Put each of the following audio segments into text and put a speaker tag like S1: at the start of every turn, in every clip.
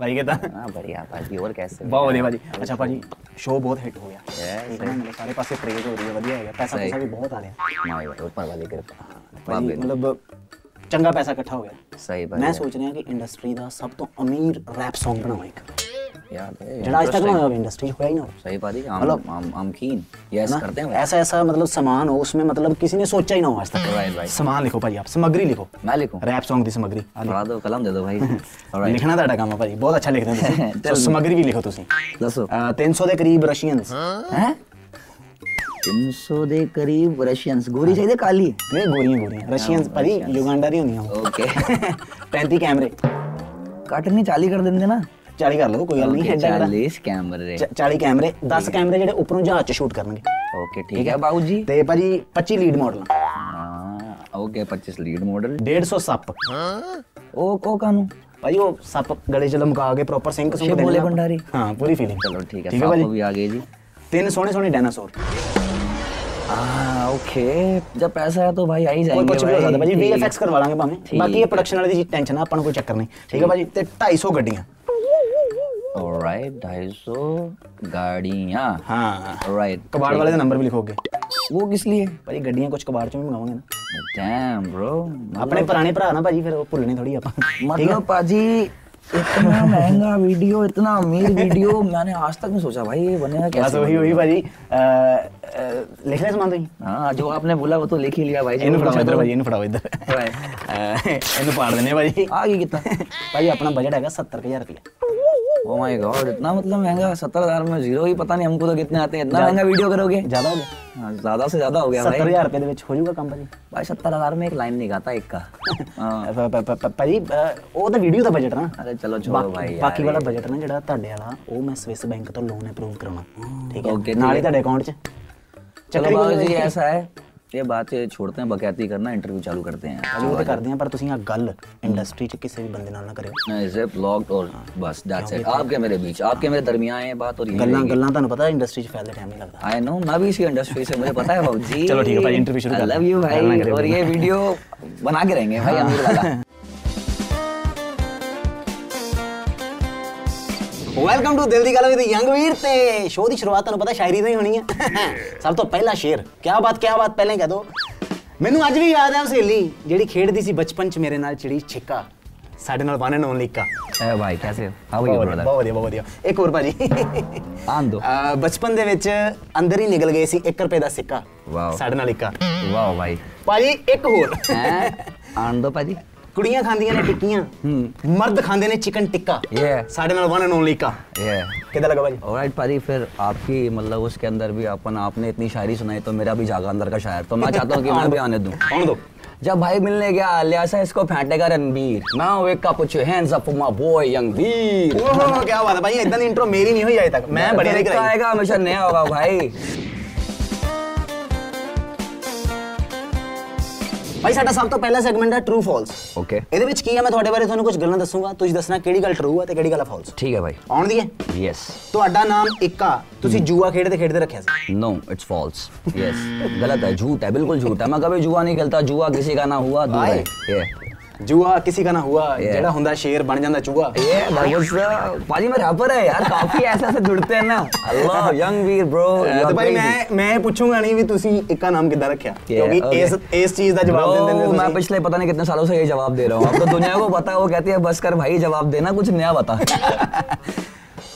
S1: भाई के था
S2: हाँ बढ़िया भाजी और कैसे
S1: ਬਹੁਤ ਵਧੀਆ ਭਾਜੀ ਅੱਛਾ ਭਾਜੀ ਸ਼ੋਅ ਬਹੁਤ ਹਿੱਟ ਹੋ ਗਿਆ
S2: Yes,
S1: ਠੀਕ ਹੈ ਨਾ, ਮਤਲਬ ਸਾਰੇ ਪਾਸੇ ਪ੍ਰੇਜ਼ ਹੋ ਰਹੀ ਹੈ ਵਧੀਆ ਹੈਗਾ ਪੈਸਾ
S2: ਸਹੀ।
S1: ਪੂਸਾ ਵੀ ਬਹੁਤ ਆ ਰਿਹਾ
S2: माय गॉड ऊपर वाली कृपा
S1: ਭਾਜੀ
S2: बाप रे।
S1: ਮਤਲਬ ਚੰਗਾ ਪੈਸਾ ਇਕੱਠਾ ਹੋ ਗਿਆ
S2: सही भाई
S1: ਮੈਂ ਸੋਚ ਰਿਹਾ ਕਿ ਇੰਡਸਟਰੀ ਦਾ ਸਭ ਤੋਂ ਅਮੀਰ ਰੈਪ तो Song ਬਣਾਵਾਂ ਇੱਕ
S2: यार
S1: ਜਿਹੜਾ ਅੱਜ ਤੱਕ ਨਾ ਹੋਇਆ ਇੰਡਸਟਰੀ ਹੋਇਆ ਹੀ ਨਾ
S2: सही बात है हम हम हम कीन यस करते हैं भाई।
S1: ऐसा ऐसा मतलब सामान हो उसमें मतलब किसी ने सोचा ही ना हो आज तक
S2: Right, right.
S1: सामान लिखो भाई आप सामग्री लिखो
S2: मैं लिखूं
S1: रैप सॉन्ग ਦੀ ਸਾਮਗਰੀ ਆਹ ਲਿਖੋ।
S2: पढ़ा दो कलम दे दो भाई ऑलराइट
S1: ਲਿਖਣਾ ਤੁਹਾਡਾ ਕੰਮ ਆ ਭਾਈ ਬਹੁਤ ਅੱਛਾ ਲਿਖਦੇ ਹੋ ਤੁਸੀਂ ਸੋ
S2: Tell me.
S1: ਸਮੱਗਰੀ ਵੀ ਲਿਖੋ ਤੁਸੀਂ
S2: ਦੱਸੋ।
S1: ਅਹ 300 ਦੇ ਕਰੀਬ ਰਸ਼ੀਅਨਸ
S2: हैं 300 ਦੇ ਕਰੀਬ ਰਸ਼ੀਅਨਸ ਗੋਰੀ ਚਾਹੀਦੀ ਕਾਲੀ
S1: ਨਹੀਂ ਗੋਰੀਆਂ ਗੋਰੀਆਂ ਰਸ਼ੀਅਨਸ
S2: हाँ,
S1: ਭਾਈ ਯੁਗਾਂਡਾ ਦੀ ਹੁੰਦੀਆਂ ਉਹ।
S2: ਓਕੇ
S1: 35 ਕੈਮਰੇ
S2: ਕੱਟ ਨਹੀਂ 40 ਕਰ ਦਿੰਦੇ ਨਾ
S1: 40 ਕਰ ਲਓ ਕੋਈ ਗੱਲ ਨਹੀਂ
S2: Okay,
S1: ਐਡਾ ਕਿਹੜਾ।
S2: 40 ਕੈਮਰੇ
S1: ਚ- 40 ਕੈਮਰੇ 10 ਕੈਮਰੇ ਜਿਹੜੇ ਉੱਪਰੋਂ ਜਹਾਜ਼ ਚ ਸ਼ੂਟ ਕਰਨਗੇ
S2: ਓਕੇ ਠੀਕ ਹੈ ਬਾਊ ਜੀ
S1: ਤੇ ਭਾਜੀ 25 ਲੀਡ ਮਾਡਲਾਂ
S2: ਹਾਂ ਓਕੇ 25 ਲੀਡ ਮਾਡਲ
S1: 150 ਸੱਪ
S2: ਉਹ ਉਹ ਕਾਨੂੰ
S1: ਭਾਈ ਉਹ ਸੱਪ ਗਲੇ ਚ ਲਮਕਾ ਕੇ ਪ੍ਰੋਪਰ ਸਿੰਕ ਸੁੰਕ
S2: ਸ਼ਿਵ
S1: ਦੇਣੇ
S2: ਭੋਲੇ
S1: ਆਪਾਂ।
S2: ਭੰਡਾਰੀ।
S1: ਹਾਂ ਪੂਰੀ ਫੀਲਿੰਗ
S2: ਚਲੋ ਠੀਕ ਹੈ
S1: ਠੀਕ ਹੈ
S2: ਸਾਪ
S1: ਭਾਜੀ
S2: ਵੀ ਆ ਗਏ ਜੀ
S1: ਤਿੰਨ ਸੋਹਣੇ ਸੋਹਣੇ ਡਾਇਨਾਸੌਰ
S2: हाँ ओके जब पैसा है तो भाई आ ही
S1: ਕੋਈ
S2: जाएंगे
S1: ਕੁਝ ਵੀ ਹੋ ਸਕਦਾ ਭਾਜੀ
S2: ठीक।
S1: VFX ਕਰਵਾ ਲਾਂਗੇ ਭਾਵੇਂ ਬਾਕੀ ਇਹ
S2: ਠੀਕ
S1: ਪ੍ਰੋਡਕਸ਼ਨ ਵਾਲੇ ਦੀ ਟੈਨਸ਼ਨ ਆ ਆਪਾਂ ਨੂੰ ਕੋਈ ਚੱਕਰ ਨਹੀਂ ਠੀਕ ਹੈ ਭਾਜੀ ਤੇ 250 ਗੱਡੀਆਂ
S2: ऑलराइट ढाई सौ गाड़ियाँ
S1: ਹਾਂ
S2: ऑलराइट
S1: ਕਬਾੜ ਵਾਲੇ ਦਾ ਨੰਬਰ ਵੀ ਲਿਖੋਗੇ
S2: वो किस लिए
S1: ਭਾਜੀ ਗੱਡੀਆਂ ਕੁਝ ਕਬਾੜ ਚੋਂ ਵੀ ਮੰਗਾਵਾਂਗੇ ਨਾ
S2: डैम ब्रो
S1: ਆਪਣੇ ਪੁਰਾਣੇ ਭਰਾ ਨਾ ਭਾਜੀ ਫਿਰ ਉਹ ਭੁੱਲਣੇ ਥੋੜੀ ਆਪਾਂ
S2: मतलब पाजी इतना महंगा वीडियो इतना अमीर वीडियो मैंने आज तक नहीं सोचा भाई ये बनेगा
S1: ਬਸ
S2: कैसे
S1: ਉਹੀ ਉਹੀ ਭਾਜੀ ਅਹ, ਅਹ, ਲਿਖ ਲੈ ਸਮਾਨ ਤੁਸੀਂ
S2: हाँ जो आपने बोला वो तो लिख ही लिया भाई जो
S1: ਇਹਨੂੰ ਫੜਾਓ
S2: पूछा
S1: ਇੱਧਰ
S2: तो-
S1: ਭਾਜੀ ਇਹਨੂੰ ਫੜਾਓ ਇੱਧਰ
S2: Right.
S1: ਅਹ,
S2: Eh,
S1: ਇਹਨੂੰ ਪਾੜ ਦਿੰਦੇ ਆ ਭਾਜੀ
S2: आ गई कितना
S1: ਭਾਜੀ ਆਪਣਾ ਬਜਟ ਹੈਗਾ 70000 ਰੁਪਏ
S2: ओ माय गॉड इतना मतलब महंगा सत्तर हजार में जीरो ही पता नहीं हमको तो कितने आते हैं इतना महंगा वीडियो करोगे
S1: ਜ਼ਿਆਦਾ ਹੋ ਗਿਆ
S2: हाँ, ज्यादा से ज्यादा हो गया भाई
S1: 70000 ਰੁਪਏ ਦੇ ਵਿੱਚ ਹੋ ਜਾਊਗਾ ਕੰਮ ਭਾਜੀ
S2: भाई सत्तर हजार में एक लाइन नहीं गाता एक का हाँ,
S1: ਅਹ, ਭ- ਭ- ਭ- ਭਾਜੀ ਅਹ, ਉਹ ਤਾਂ ਵੀਡੀਓ ਦਾ ਬਜਟ ਨਾ
S2: अरे चलो छोड़ो भाई
S1: ਬਾਕੀ
S2: यार,
S1: ਬਾਕੀ
S2: ये-
S1: ਵਾਲਾ ਬਜਟ ਨਾ ਜਿਹੜਾ ਤੁਹਾਡੇ ਵਾਲਾ ਉਹ ਮੈਂ ਸਵਿਸ ਬੈਂਕ ਤੋਂ ਲੋਨ ਅਪਰੂਵ ਕਰਾਉਣਾ ਠੀਕ
S2: Okay,
S1: ਹੈ
S2: ਠੀਕ
S1: ਨਾਲ ਹੀ
S2: ਹੈ।
S1: ਤੁਹਾਡੇ ਅਕਾਊਂਟ 'ਚ
S2: चलो
S1: ਚੱਕਰ
S2: बाबू जी
S1: ਹੀ
S2: ऐसा है ये बात ये छोड़ते हैं बकैती करना इंटरव्यू चालू करते हैं
S1: ਅਜੂ ਤੇ ਕਰਦੇ ਆ ਪਰ ਤੁਸੀਂ ਆ ਗੱਲ ਇੰਡस्ट्री 'ਚ ਕਿਸੇ ਵੀ ਬੰਦੇ ਨਾਲ ਨਾ ਕਰਿਓ
S2: इसे ब्लॉग और बस दैट्स इट आपके मेरे बीच आपके मेरे दरमियान है बात और
S1: ਗੱਲਾਂ ਗੱਲਾਂ ਤੁਹਾਨੂੰ ਪਤਾ ਇੰਡਸਟਰੀ 'ਚ ਫੈਲਦੇ ਟਾਈਮ ਨਹੀਂ ਲੱਗਦਾ
S2: आई नो मैं भी इसी इंडस्ट्री से मुझे पता है बाबू जी
S1: चलो ठीक है भाई, interview शुरू
S2: आई
S1: करते
S2: लव
S1: हैं।
S2: यू
S1: करना
S2: भाई
S1: करेंगे।
S2: और ये वीडियो बना के रहेंगे भाई अमीर वाला
S1: ਵੈਲਕਮ ਟੂ ਦਿਲ ਦੀ ਗੱਲ ਵਿਦ ਯੰਗ ਵੀਰ ਤੇ ਸ਼ੋਅ ਦੀ ਸ਼ੁਰੂਆਤ ਤੁਹਾਨੂੰ ਪਤਾ ਸ਼ਾਇਰੀ ਤੋਂ ਹੀ ਹੋਣੀ ਹੈ ਸਭ ਤੋਂ ਪਹਿਲਾ ਸ਼ੇਰ ਕਿਆ ਬਾਤ ਕਿਆ ਬਾਤ ਪਹਿਲਾਂ ਹੀ ਕਹਿ ਦੋ ਮੈਨੂੰ ਅੱਜ ਵੀ ਯਾਦ ਹੈ ਉਹ ਸਹੇਲੀ ਜਿਹੜੀ ਖੇਡਦੀ ਸੀ ਬਚਪਨ 'ਚ ਮੇਰੇ ਨਾਲ ਚਿੜੀ ਛਿੱਕਾ ਸਾਡੇ ਨਾਲ ਵਨ ਐਂਡ ਓਨਲੀ ਇੱਕਾ
S2: ए भाई कैसे हो हाउ आर
S1: ਬਹੁਤ ਵਧੀਆ,
S2: यू ब्रदर
S1: ਬਹੁਤ ਵਧੀਆ ਬਹੁਤ ਵਧੀਆ ਇੱਕ ਹੋਰ ਭਾਜੀ
S2: आन दो
S1: ਅਹ ਬਚਪਨ ਦੇ ਵਿੱਚ ਅੰਦਰ ਹੀ ਨਿਕਲ ਗਏ ਸੀ 1 ਰੁਪਏ ਦਾ ਸਿੱਕਾ
S2: ਵਾਓ।
S1: ਸਾਡੇ ਨਾਲ ਇੱਕਾ
S2: वाह भाई
S1: ਭਾਜੀ ਇੱਕ ਹੋਰ
S2: हैं आन दो पाजी
S1: ਕੁੜੀਆਂ ਖਾਂਦੀਆਂ ਨੇ ਟਿੱਕੀਆਂ ਮਰਦ ਖਾਂਦੇ ਨੇ ਚਿਕਨ ਟਿੱਕਾ
S2: Yeah.
S1: ਸਾਡੇ ਨਾਲ ਵਨ ਐਂਡ ਓਨਲੀ ਇੱਕਾ
S2: ये
S1: ਕਿਦਾਂ ਲੱਗਾ ਭਾਜੀ
S2: ऑलराइट पाजी फिर आपकी मतलब उसके अंदर भी अपन आपने इतनी शायरी सुनाई तो मेरा भी जागा अंदर का शायर तो मैं चाहता हूँ कि मैं भी आने दूँ
S1: ਕੌਣ ਦੋ
S2: जब भाई मिलने गया लियासा इसको फेंटेगा रणबीर नाउ एक का कुछ hands up my boy young Veer
S1: ਓਹੋ ਕੀ ਬਾਤ ਹੈ ਭਾਈ ਇਦਾਂ ਦੀ ਇੰਟਰੋ ਮੇਰੀ ਨਹੀਂ ਹੋਈ ਅਜੇ ਤੱਕ ਮੈਂ ਬੜੇ ਨੇ
S2: देखता
S1: ਕਰਾਈ
S2: आएगा हमेशा नया होगा भाई
S1: ਭਾਈ ਸਾਡਾ ਸਭ ਤੋਂ ਪਹਿਲਾ ਸੈਗਮੈਂਟ ਹੈ ਟਰੂ ਫਾਲਸ
S2: ओके
S1: ਇਹਦੇ ਵਿੱਚ ਕੀ ਹੈ ਮੈਂ ਤੁਹਾਡੇ ਬਾਰੇ ਤੁਹਾਨੂੰ ਕੁਝ ਗੱਲਾਂ ਦੱਸੂਗਾ ਤੁਸੀਂ ਦੱਸਣਾ ਕਿਹੜੀ ਗੱਲ ਟਰੂ ਹੈ ਤੇ ਕਿਹੜੀ ਗੱਲ ਫਾਲਸ
S2: ठीक है भाई
S1: ਆਉਣ ਦੀ ਹੈ
S2: यस
S1: ਤੁਹਾਡਾ ਨਾਮ ਇੱਕਾ ਤੁਸੀਂ ਜੂਆ ਖੇਡਦੇ ਖੇਡਦੇ ਰੱਖਿਆ ਸੀ
S2: नो इट्स फॉल्स यस गलत है झूठ है बिल्कुल झूठ है मैं कभी जुआ नहीं खेलता जुआ किसी का ना हुआ दूर है ये
S1: ਜੂਆ ਕਿਸੇ ਦਾ ਨਾ ਹੁਆ
S2: Yeah.
S1: ਜਿਹੜਾ ਹੁੰਦਾ ਸ਼ੇਰ ਬਣ ਜਾਂਦਾ ਚੂਹਾ
S2: ये भगवत सा- पाजी मैं रैपर है यार काफी ऐसे ऐसे जुड़ते हैं ना तो अल्लाह यंग वीर ब्रो
S1: ਤੇ ਭਾਈ ਮੈਂ ਮੈਂ ਪੁੱਛੂਗਾ ਨਹੀਂ ਵੀ ਤੁਸੀਂ ਇੱਕਾ ਨਾਮ ਕਿੱਦਾਂ ਰੱਖਿਆ ਕਿਉਂਕਿ ਇਸ ਇਸ ਚੀਜ਼ ਦਾ ਜਵਾਬ ਦਿੰਦੇ ਨੇ
S2: मैं
S1: ਤੁਸੀਂ
S2: पिछले पता नहीं कितने सालों से ये जवाब दे रहा हूँ अब तो दुनिया को पता है वो कहती है बस कर भाई जवाब देना कुछ नया बता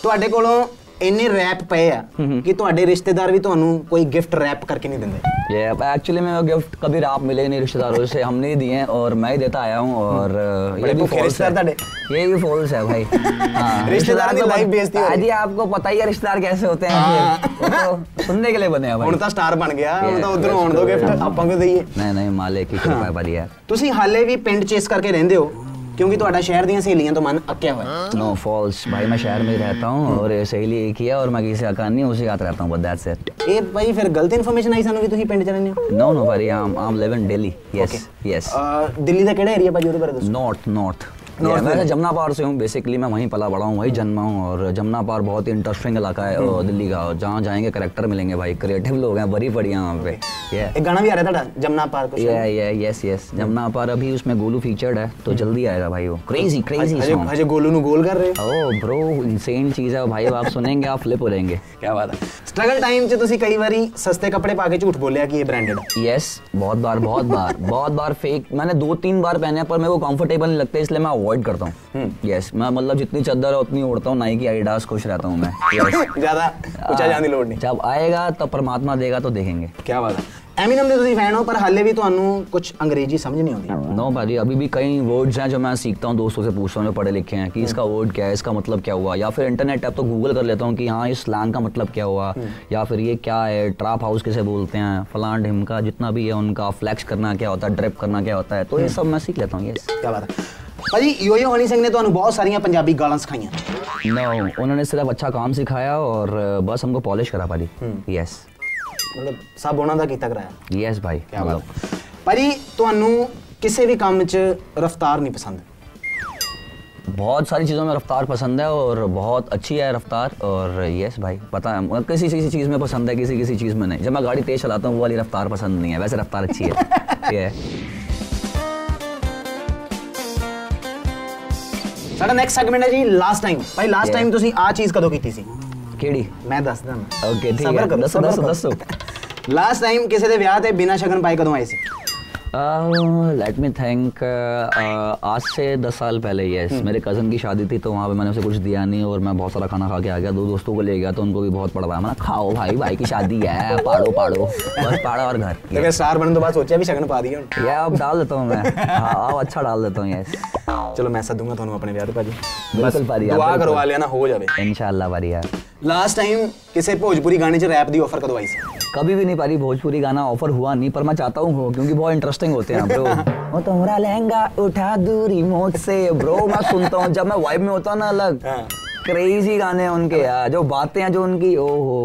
S1: ਤੁਹਾਡੇ ਕੋਲੋਂ ਇੰਨੇ ਰੈਪ ਪਏ ਆ ਕਿ ਤੁਹਾਡੇ ਰਿਸ਼ਤੇਦਾਰ ਵੀ ਤੁਹਾਨੂੰ ਕੋਈ ਗਿਫਟ ਰੈਪ ਕਰਕੇ ਨਹੀਂ ਦਿੰਦੇ
S2: ये अब एक्चुअली में गिफ्ट कभी आप मिले ही नहीं रिश्तेदारों से हमने ही दिए हैं और मैं ही देता आया हूँ और अ,
S1: Hmm. बड़े भूखे
S2: false
S1: रिश्तेदार
S2: है ये भी फॉल्स है भाई हाँ,
S1: रिश्तेदारों की
S2: को
S1: life बेइज्जती हो रही है। हाँ।
S2: अजी आपको पता ही है रिश्तेदार कैसे होते हैं फिर। वो तो सुनने के लिए बने हैं
S1: ਹੁਣ
S2: भाई
S1: ਤਾਂ ਸਟਾਰ ਬਣ ਗਿਆ ਹੁਣ
S2: Yeah,
S1: ਤਾਂ ਉਧਰੋਂ
S2: that's
S1: ਆਉਣ ਦੋ
S2: good.
S1: ਗਿਫਟ ਆਪਾਂ ਕਿਉਂ ਦਈਏ
S2: नहीं नहीं मालिक की
S1: हाँ।
S2: कृपा है भाई यार
S1: ਤੁਸੀਂ ਹਾਲੇ ਵੀ ਪਿੰਡ ਚੇਸ ਕਰਕੇ ਰਹਿੰਦੇ ਹੋ ਕਿਉਂਕਿ ਤੁਹਾਡਾ ਸ਼ਹਿਰ ਦੀਆਂ ਸਹੇਲੀਆਂ ਤੋਂ ਮਨ ਅੱਕਿਆ ਹੋਇਆ ਹੈ।
S2: नो फॉल्स भाई मैं शहर में ही रहता हूँ और ये सहेली एक ही है और मैं किसी का कान नहीं उसी के साथ रहता हूँ बस दैट्स इट
S1: ਇਹ ਭਾਈ ਫਿਰ ਗਲਤ ਇਨਫੋਰਮੇਸ਼ਨ ਆਈ ਸਾਨੂੰ ਕਿ ਤੁਸੀਂ ਪਿੰਡ ਚ ਰਹਿੰਦੇ ਹੋ
S2: नो नो भाई I am live in Delhi yes yes
S1: ਅਹ, ਦਿੱਲੀ ਦਾ ਕਿਹੜਾ ਏਰੀਆ ਭਾਜੀ ਉਹਦੇ ਬਾਰੇ ਦੱਸੋ
S2: नॉर्थ नॉर्थ Yeah,
S1: North
S2: मैं
S1: में?
S2: जमुना पार से हूँ बेसिकली मैं वहीं पला बड़ा हूँ वहीं जन्मा हूँ और जमुना पार बहुत ही इंटरेस्टिंग इलाका है और दिल्ली का और जहाँ जाएंगे करेक्टर मिलेंगे भाई क्रिएटिव लोग हैं बड़ी पड़ी हैं वहाँ पे ये
S1: एक गाना भी आ रहा था जमुना पार को
S2: या या यस यस जमुना पार अभी उसमें गोलू फीचर्ड है तो जल्दी आएगा भाई वो क्रेजी क्रेजी
S1: ਅਜੇ
S2: सॉन्ग
S1: ਅਜੇ ਗੋਲੂ ਨੂੰ ਗੋਲ ਕਰ ਰਹੇ ਹੋ
S2: ओ ब्रो इंसेन चीज है भाई आप सुनेंगे आप फ्लिप हो जाएंगे
S1: ਕੀ ਬਾਤ ਹੈ ਸਟਰਗਲ ਟਾਈਮ 'ਚ ਤੁਸੀਂ ਕਈ ਵਾਰੀ ਸਸਤੇ ਕੱਪੜੇ ਪਾ ਕੇ ਝੂਠ ਬੋਲਿਆ ਕਿ ਇਹ ਬ੍ਰਾਂਡਡ ਹੈ
S2: यस बहुत बार बहुत बार बहुत बार फेक मैंने दो तीन बार पहने हैं, पर मेरे को कंफर्टेबल नहीं लगते इसलिए मैं अवॉइड करता हूँ यस मैं मतलब जितनी चादर है उतनी ओढ़ता हूँ नाइकी एडिडास खुश रहता हूँ मैं Yes.
S1: ਜ਼ਿਆਦਾ ਉੱਚਾ ਜਾਣ ਦੀ ਲੋੜ ਨਹੀਂ
S2: जब आएगा तब परमात्मा देगा तो देखेंगे
S1: ਕੀ ਬਾਤ ਹੈ ਐਮੀਨਮ ਦੇ ਤੁਸੀਂ ਫੈਨ ਹੋ ਪਰ ਹਾਲੇ ਵੀ ਤੁਹਾਨੂੰ ਕੁਝ ਅੰਗਰੇਜ਼ੀ ਸਮਝ ਨਹੀਂ ਆਉਂਦੀ
S2: नो भाजी अभी भी कई वर्ड्स हैं जो मैं सीखता हूँ दोस्तों से पूछता हूँ जो पढ़े लिखे हैं कि इसका वर्ड क्या है इसका मतलब क्या हुआ या फिर इंटरनेट ऐप तो गूगल कर लेता हूँ कि हाँ इस स्लैंग का मतलब क्या हुआ या फिर ये क्या है ट्रैप हाउस किसे बोलते हैं फलां ढिमका जितना भी है उनका फ्लैक्स करना क्या होता है ड्रिप करना क्या होता है तो ये सब मैं सीख लेता हूँ यस
S1: ਕੀ ਬਾਤ ਹੈ ਭਾਜੀ ਯੋਯੋ ਹਨੀ ਸਿੰਘ ਨੇ ਤੁਹਾਨੂੰ ਬਹੁਤ ਸਾਰੀਆਂ ਪੰਜਾਬੀ ਗਾਲਾਂ ਸਿਖਾਈਆਂ
S2: नो उन्होंने सिर्फ अच्छा काम सिखाया और बस हमको पॉलिश करा पाली यस
S1: ਮਤਲਬ ਸਭ ਉਹਨਾਂ ਦਾ ਕੀਤਾ ਕਰਾਇਆ
S2: यस भाई मतलब
S1: ਕੀ ਬਾਤ ਹੈ। ਭਾਜੀ ਤੁਹਾਨੂੰ ਕਿਸੇ ਵੀ ਕੰਮ 'ਚ ਰਫਤਾਰ ਨਹੀਂ ਪਸੰਦ
S2: बहुत सारी चीज़ों में रफ्तार पसंद है और बहुत अच्छी है रफ्तार और यस भाई पता है मुझे किसी किसी चीज़ में पसंद है किसी किसी चीज़ में नहीं जब मैं गाड़ी तेज चलाता हूँ वो वाली रफ्तार पसंद नहीं है वैसे रफ्तार अच्छी है ये है।
S1: ਸਾਡਾ ਨੈਕਸਟ ਸੈਗਮੈਂਟ ਹੈ ਜੀ ਲਾਸਟ ਟਾਈਮ ਭਾਈ ਲਾਸਟ
S2: Yeah.
S1: ਟਾਈਮ ਤੁਸੀਂ ਆ ਚੀਜ਼ ਕਦੋਂ ਕੀਤੀ ਸੀ
S2: केड़ी
S1: ਮੈਂ ਦੱਸਦਾ ਮੈਂ
S2: ओके ठीक
S1: ਸਬਰ
S2: है
S1: ਕਰੋ,
S2: दसो
S1: ਸਬਰ
S2: दसो
S1: ਕਰੋ।
S2: दसो
S1: ਲਾਸਟ ਟਾਈਮ ਕਿਸੇ ਦੇ ਵਿਆਹ ਤੇ ਬਿਨਾਂ ਸ਼ਗਨ ਪਾਏ ਕਦੋਂ ਆਏ ਸੀ
S2: Uh, let me think uh, आज से दस साल पहले यस मेरे कज़न की शादी थी तो वहाँ पे मैंने उसे कुछ दिया नहीं और मैं बहुत सारा खाना खा के आ गया दो दोस्तों को ले गया तो उनको भी बहुत पड़ रहा है मैंने खाओ भाई भाई की शादी है पाड़ो पाड़ो बस पाड़ो और घर
S1: ਤੇ ਫਿਰ ਸਟਾਰ ਬਣਨ ਤੋਂ ਬਾਅਦ ਸੋਚਿਆ ਵੀ ਸ਼ਗਨ ਪਾ ਦਈਏ ਹੁਣ
S2: या अब डाल देता हूँ मैं हाँ अब अच्छा डाल देता हूँ यस
S1: ਚਲੋ ਮੈਂ ਸੱਦੂਗਾ ਤੁਹਾਨੂੰ ਆਪਣੇ ਵਿਆਹ ਤੇ ਭਾਜੀ
S2: बिल्कुल पारी यार,
S1: ਦੁਆ
S2: बिल्कुल।
S1: ਕਰਵਾ ਲਿਆ ਨਾ ਹੋ ਜਾਵੇ
S2: इंशाल्लाह पारी यार
S1: ਲਾਸਟ ਟਾਈਮ ਕਿਸੇ ਭੋਜਪੁਰੀ ਗਾਣੇ 'ਚ ਰੈਪ ਦੀ ਆਫਰ ਕਦੋਂ ਆਈ ਸੀ
S2: कभी भी नहीं पारी भोजपुरी गाना ऑफर हुआ नहीं पर मैं चाहता हूँ हो क्योंकि बहुत इंटरेस्टिंग होते हैं ब्रो वो तुम्हारा लहंगा उठा दू रिमोट से ब्रो मैं सुनता हूँ जब मैं वाइब में होता हूँ ना अलग
S1: हाँ।
S2: क्रेजी गाने हैं उनके यार जो बातें हैं जो उनकी ओ हो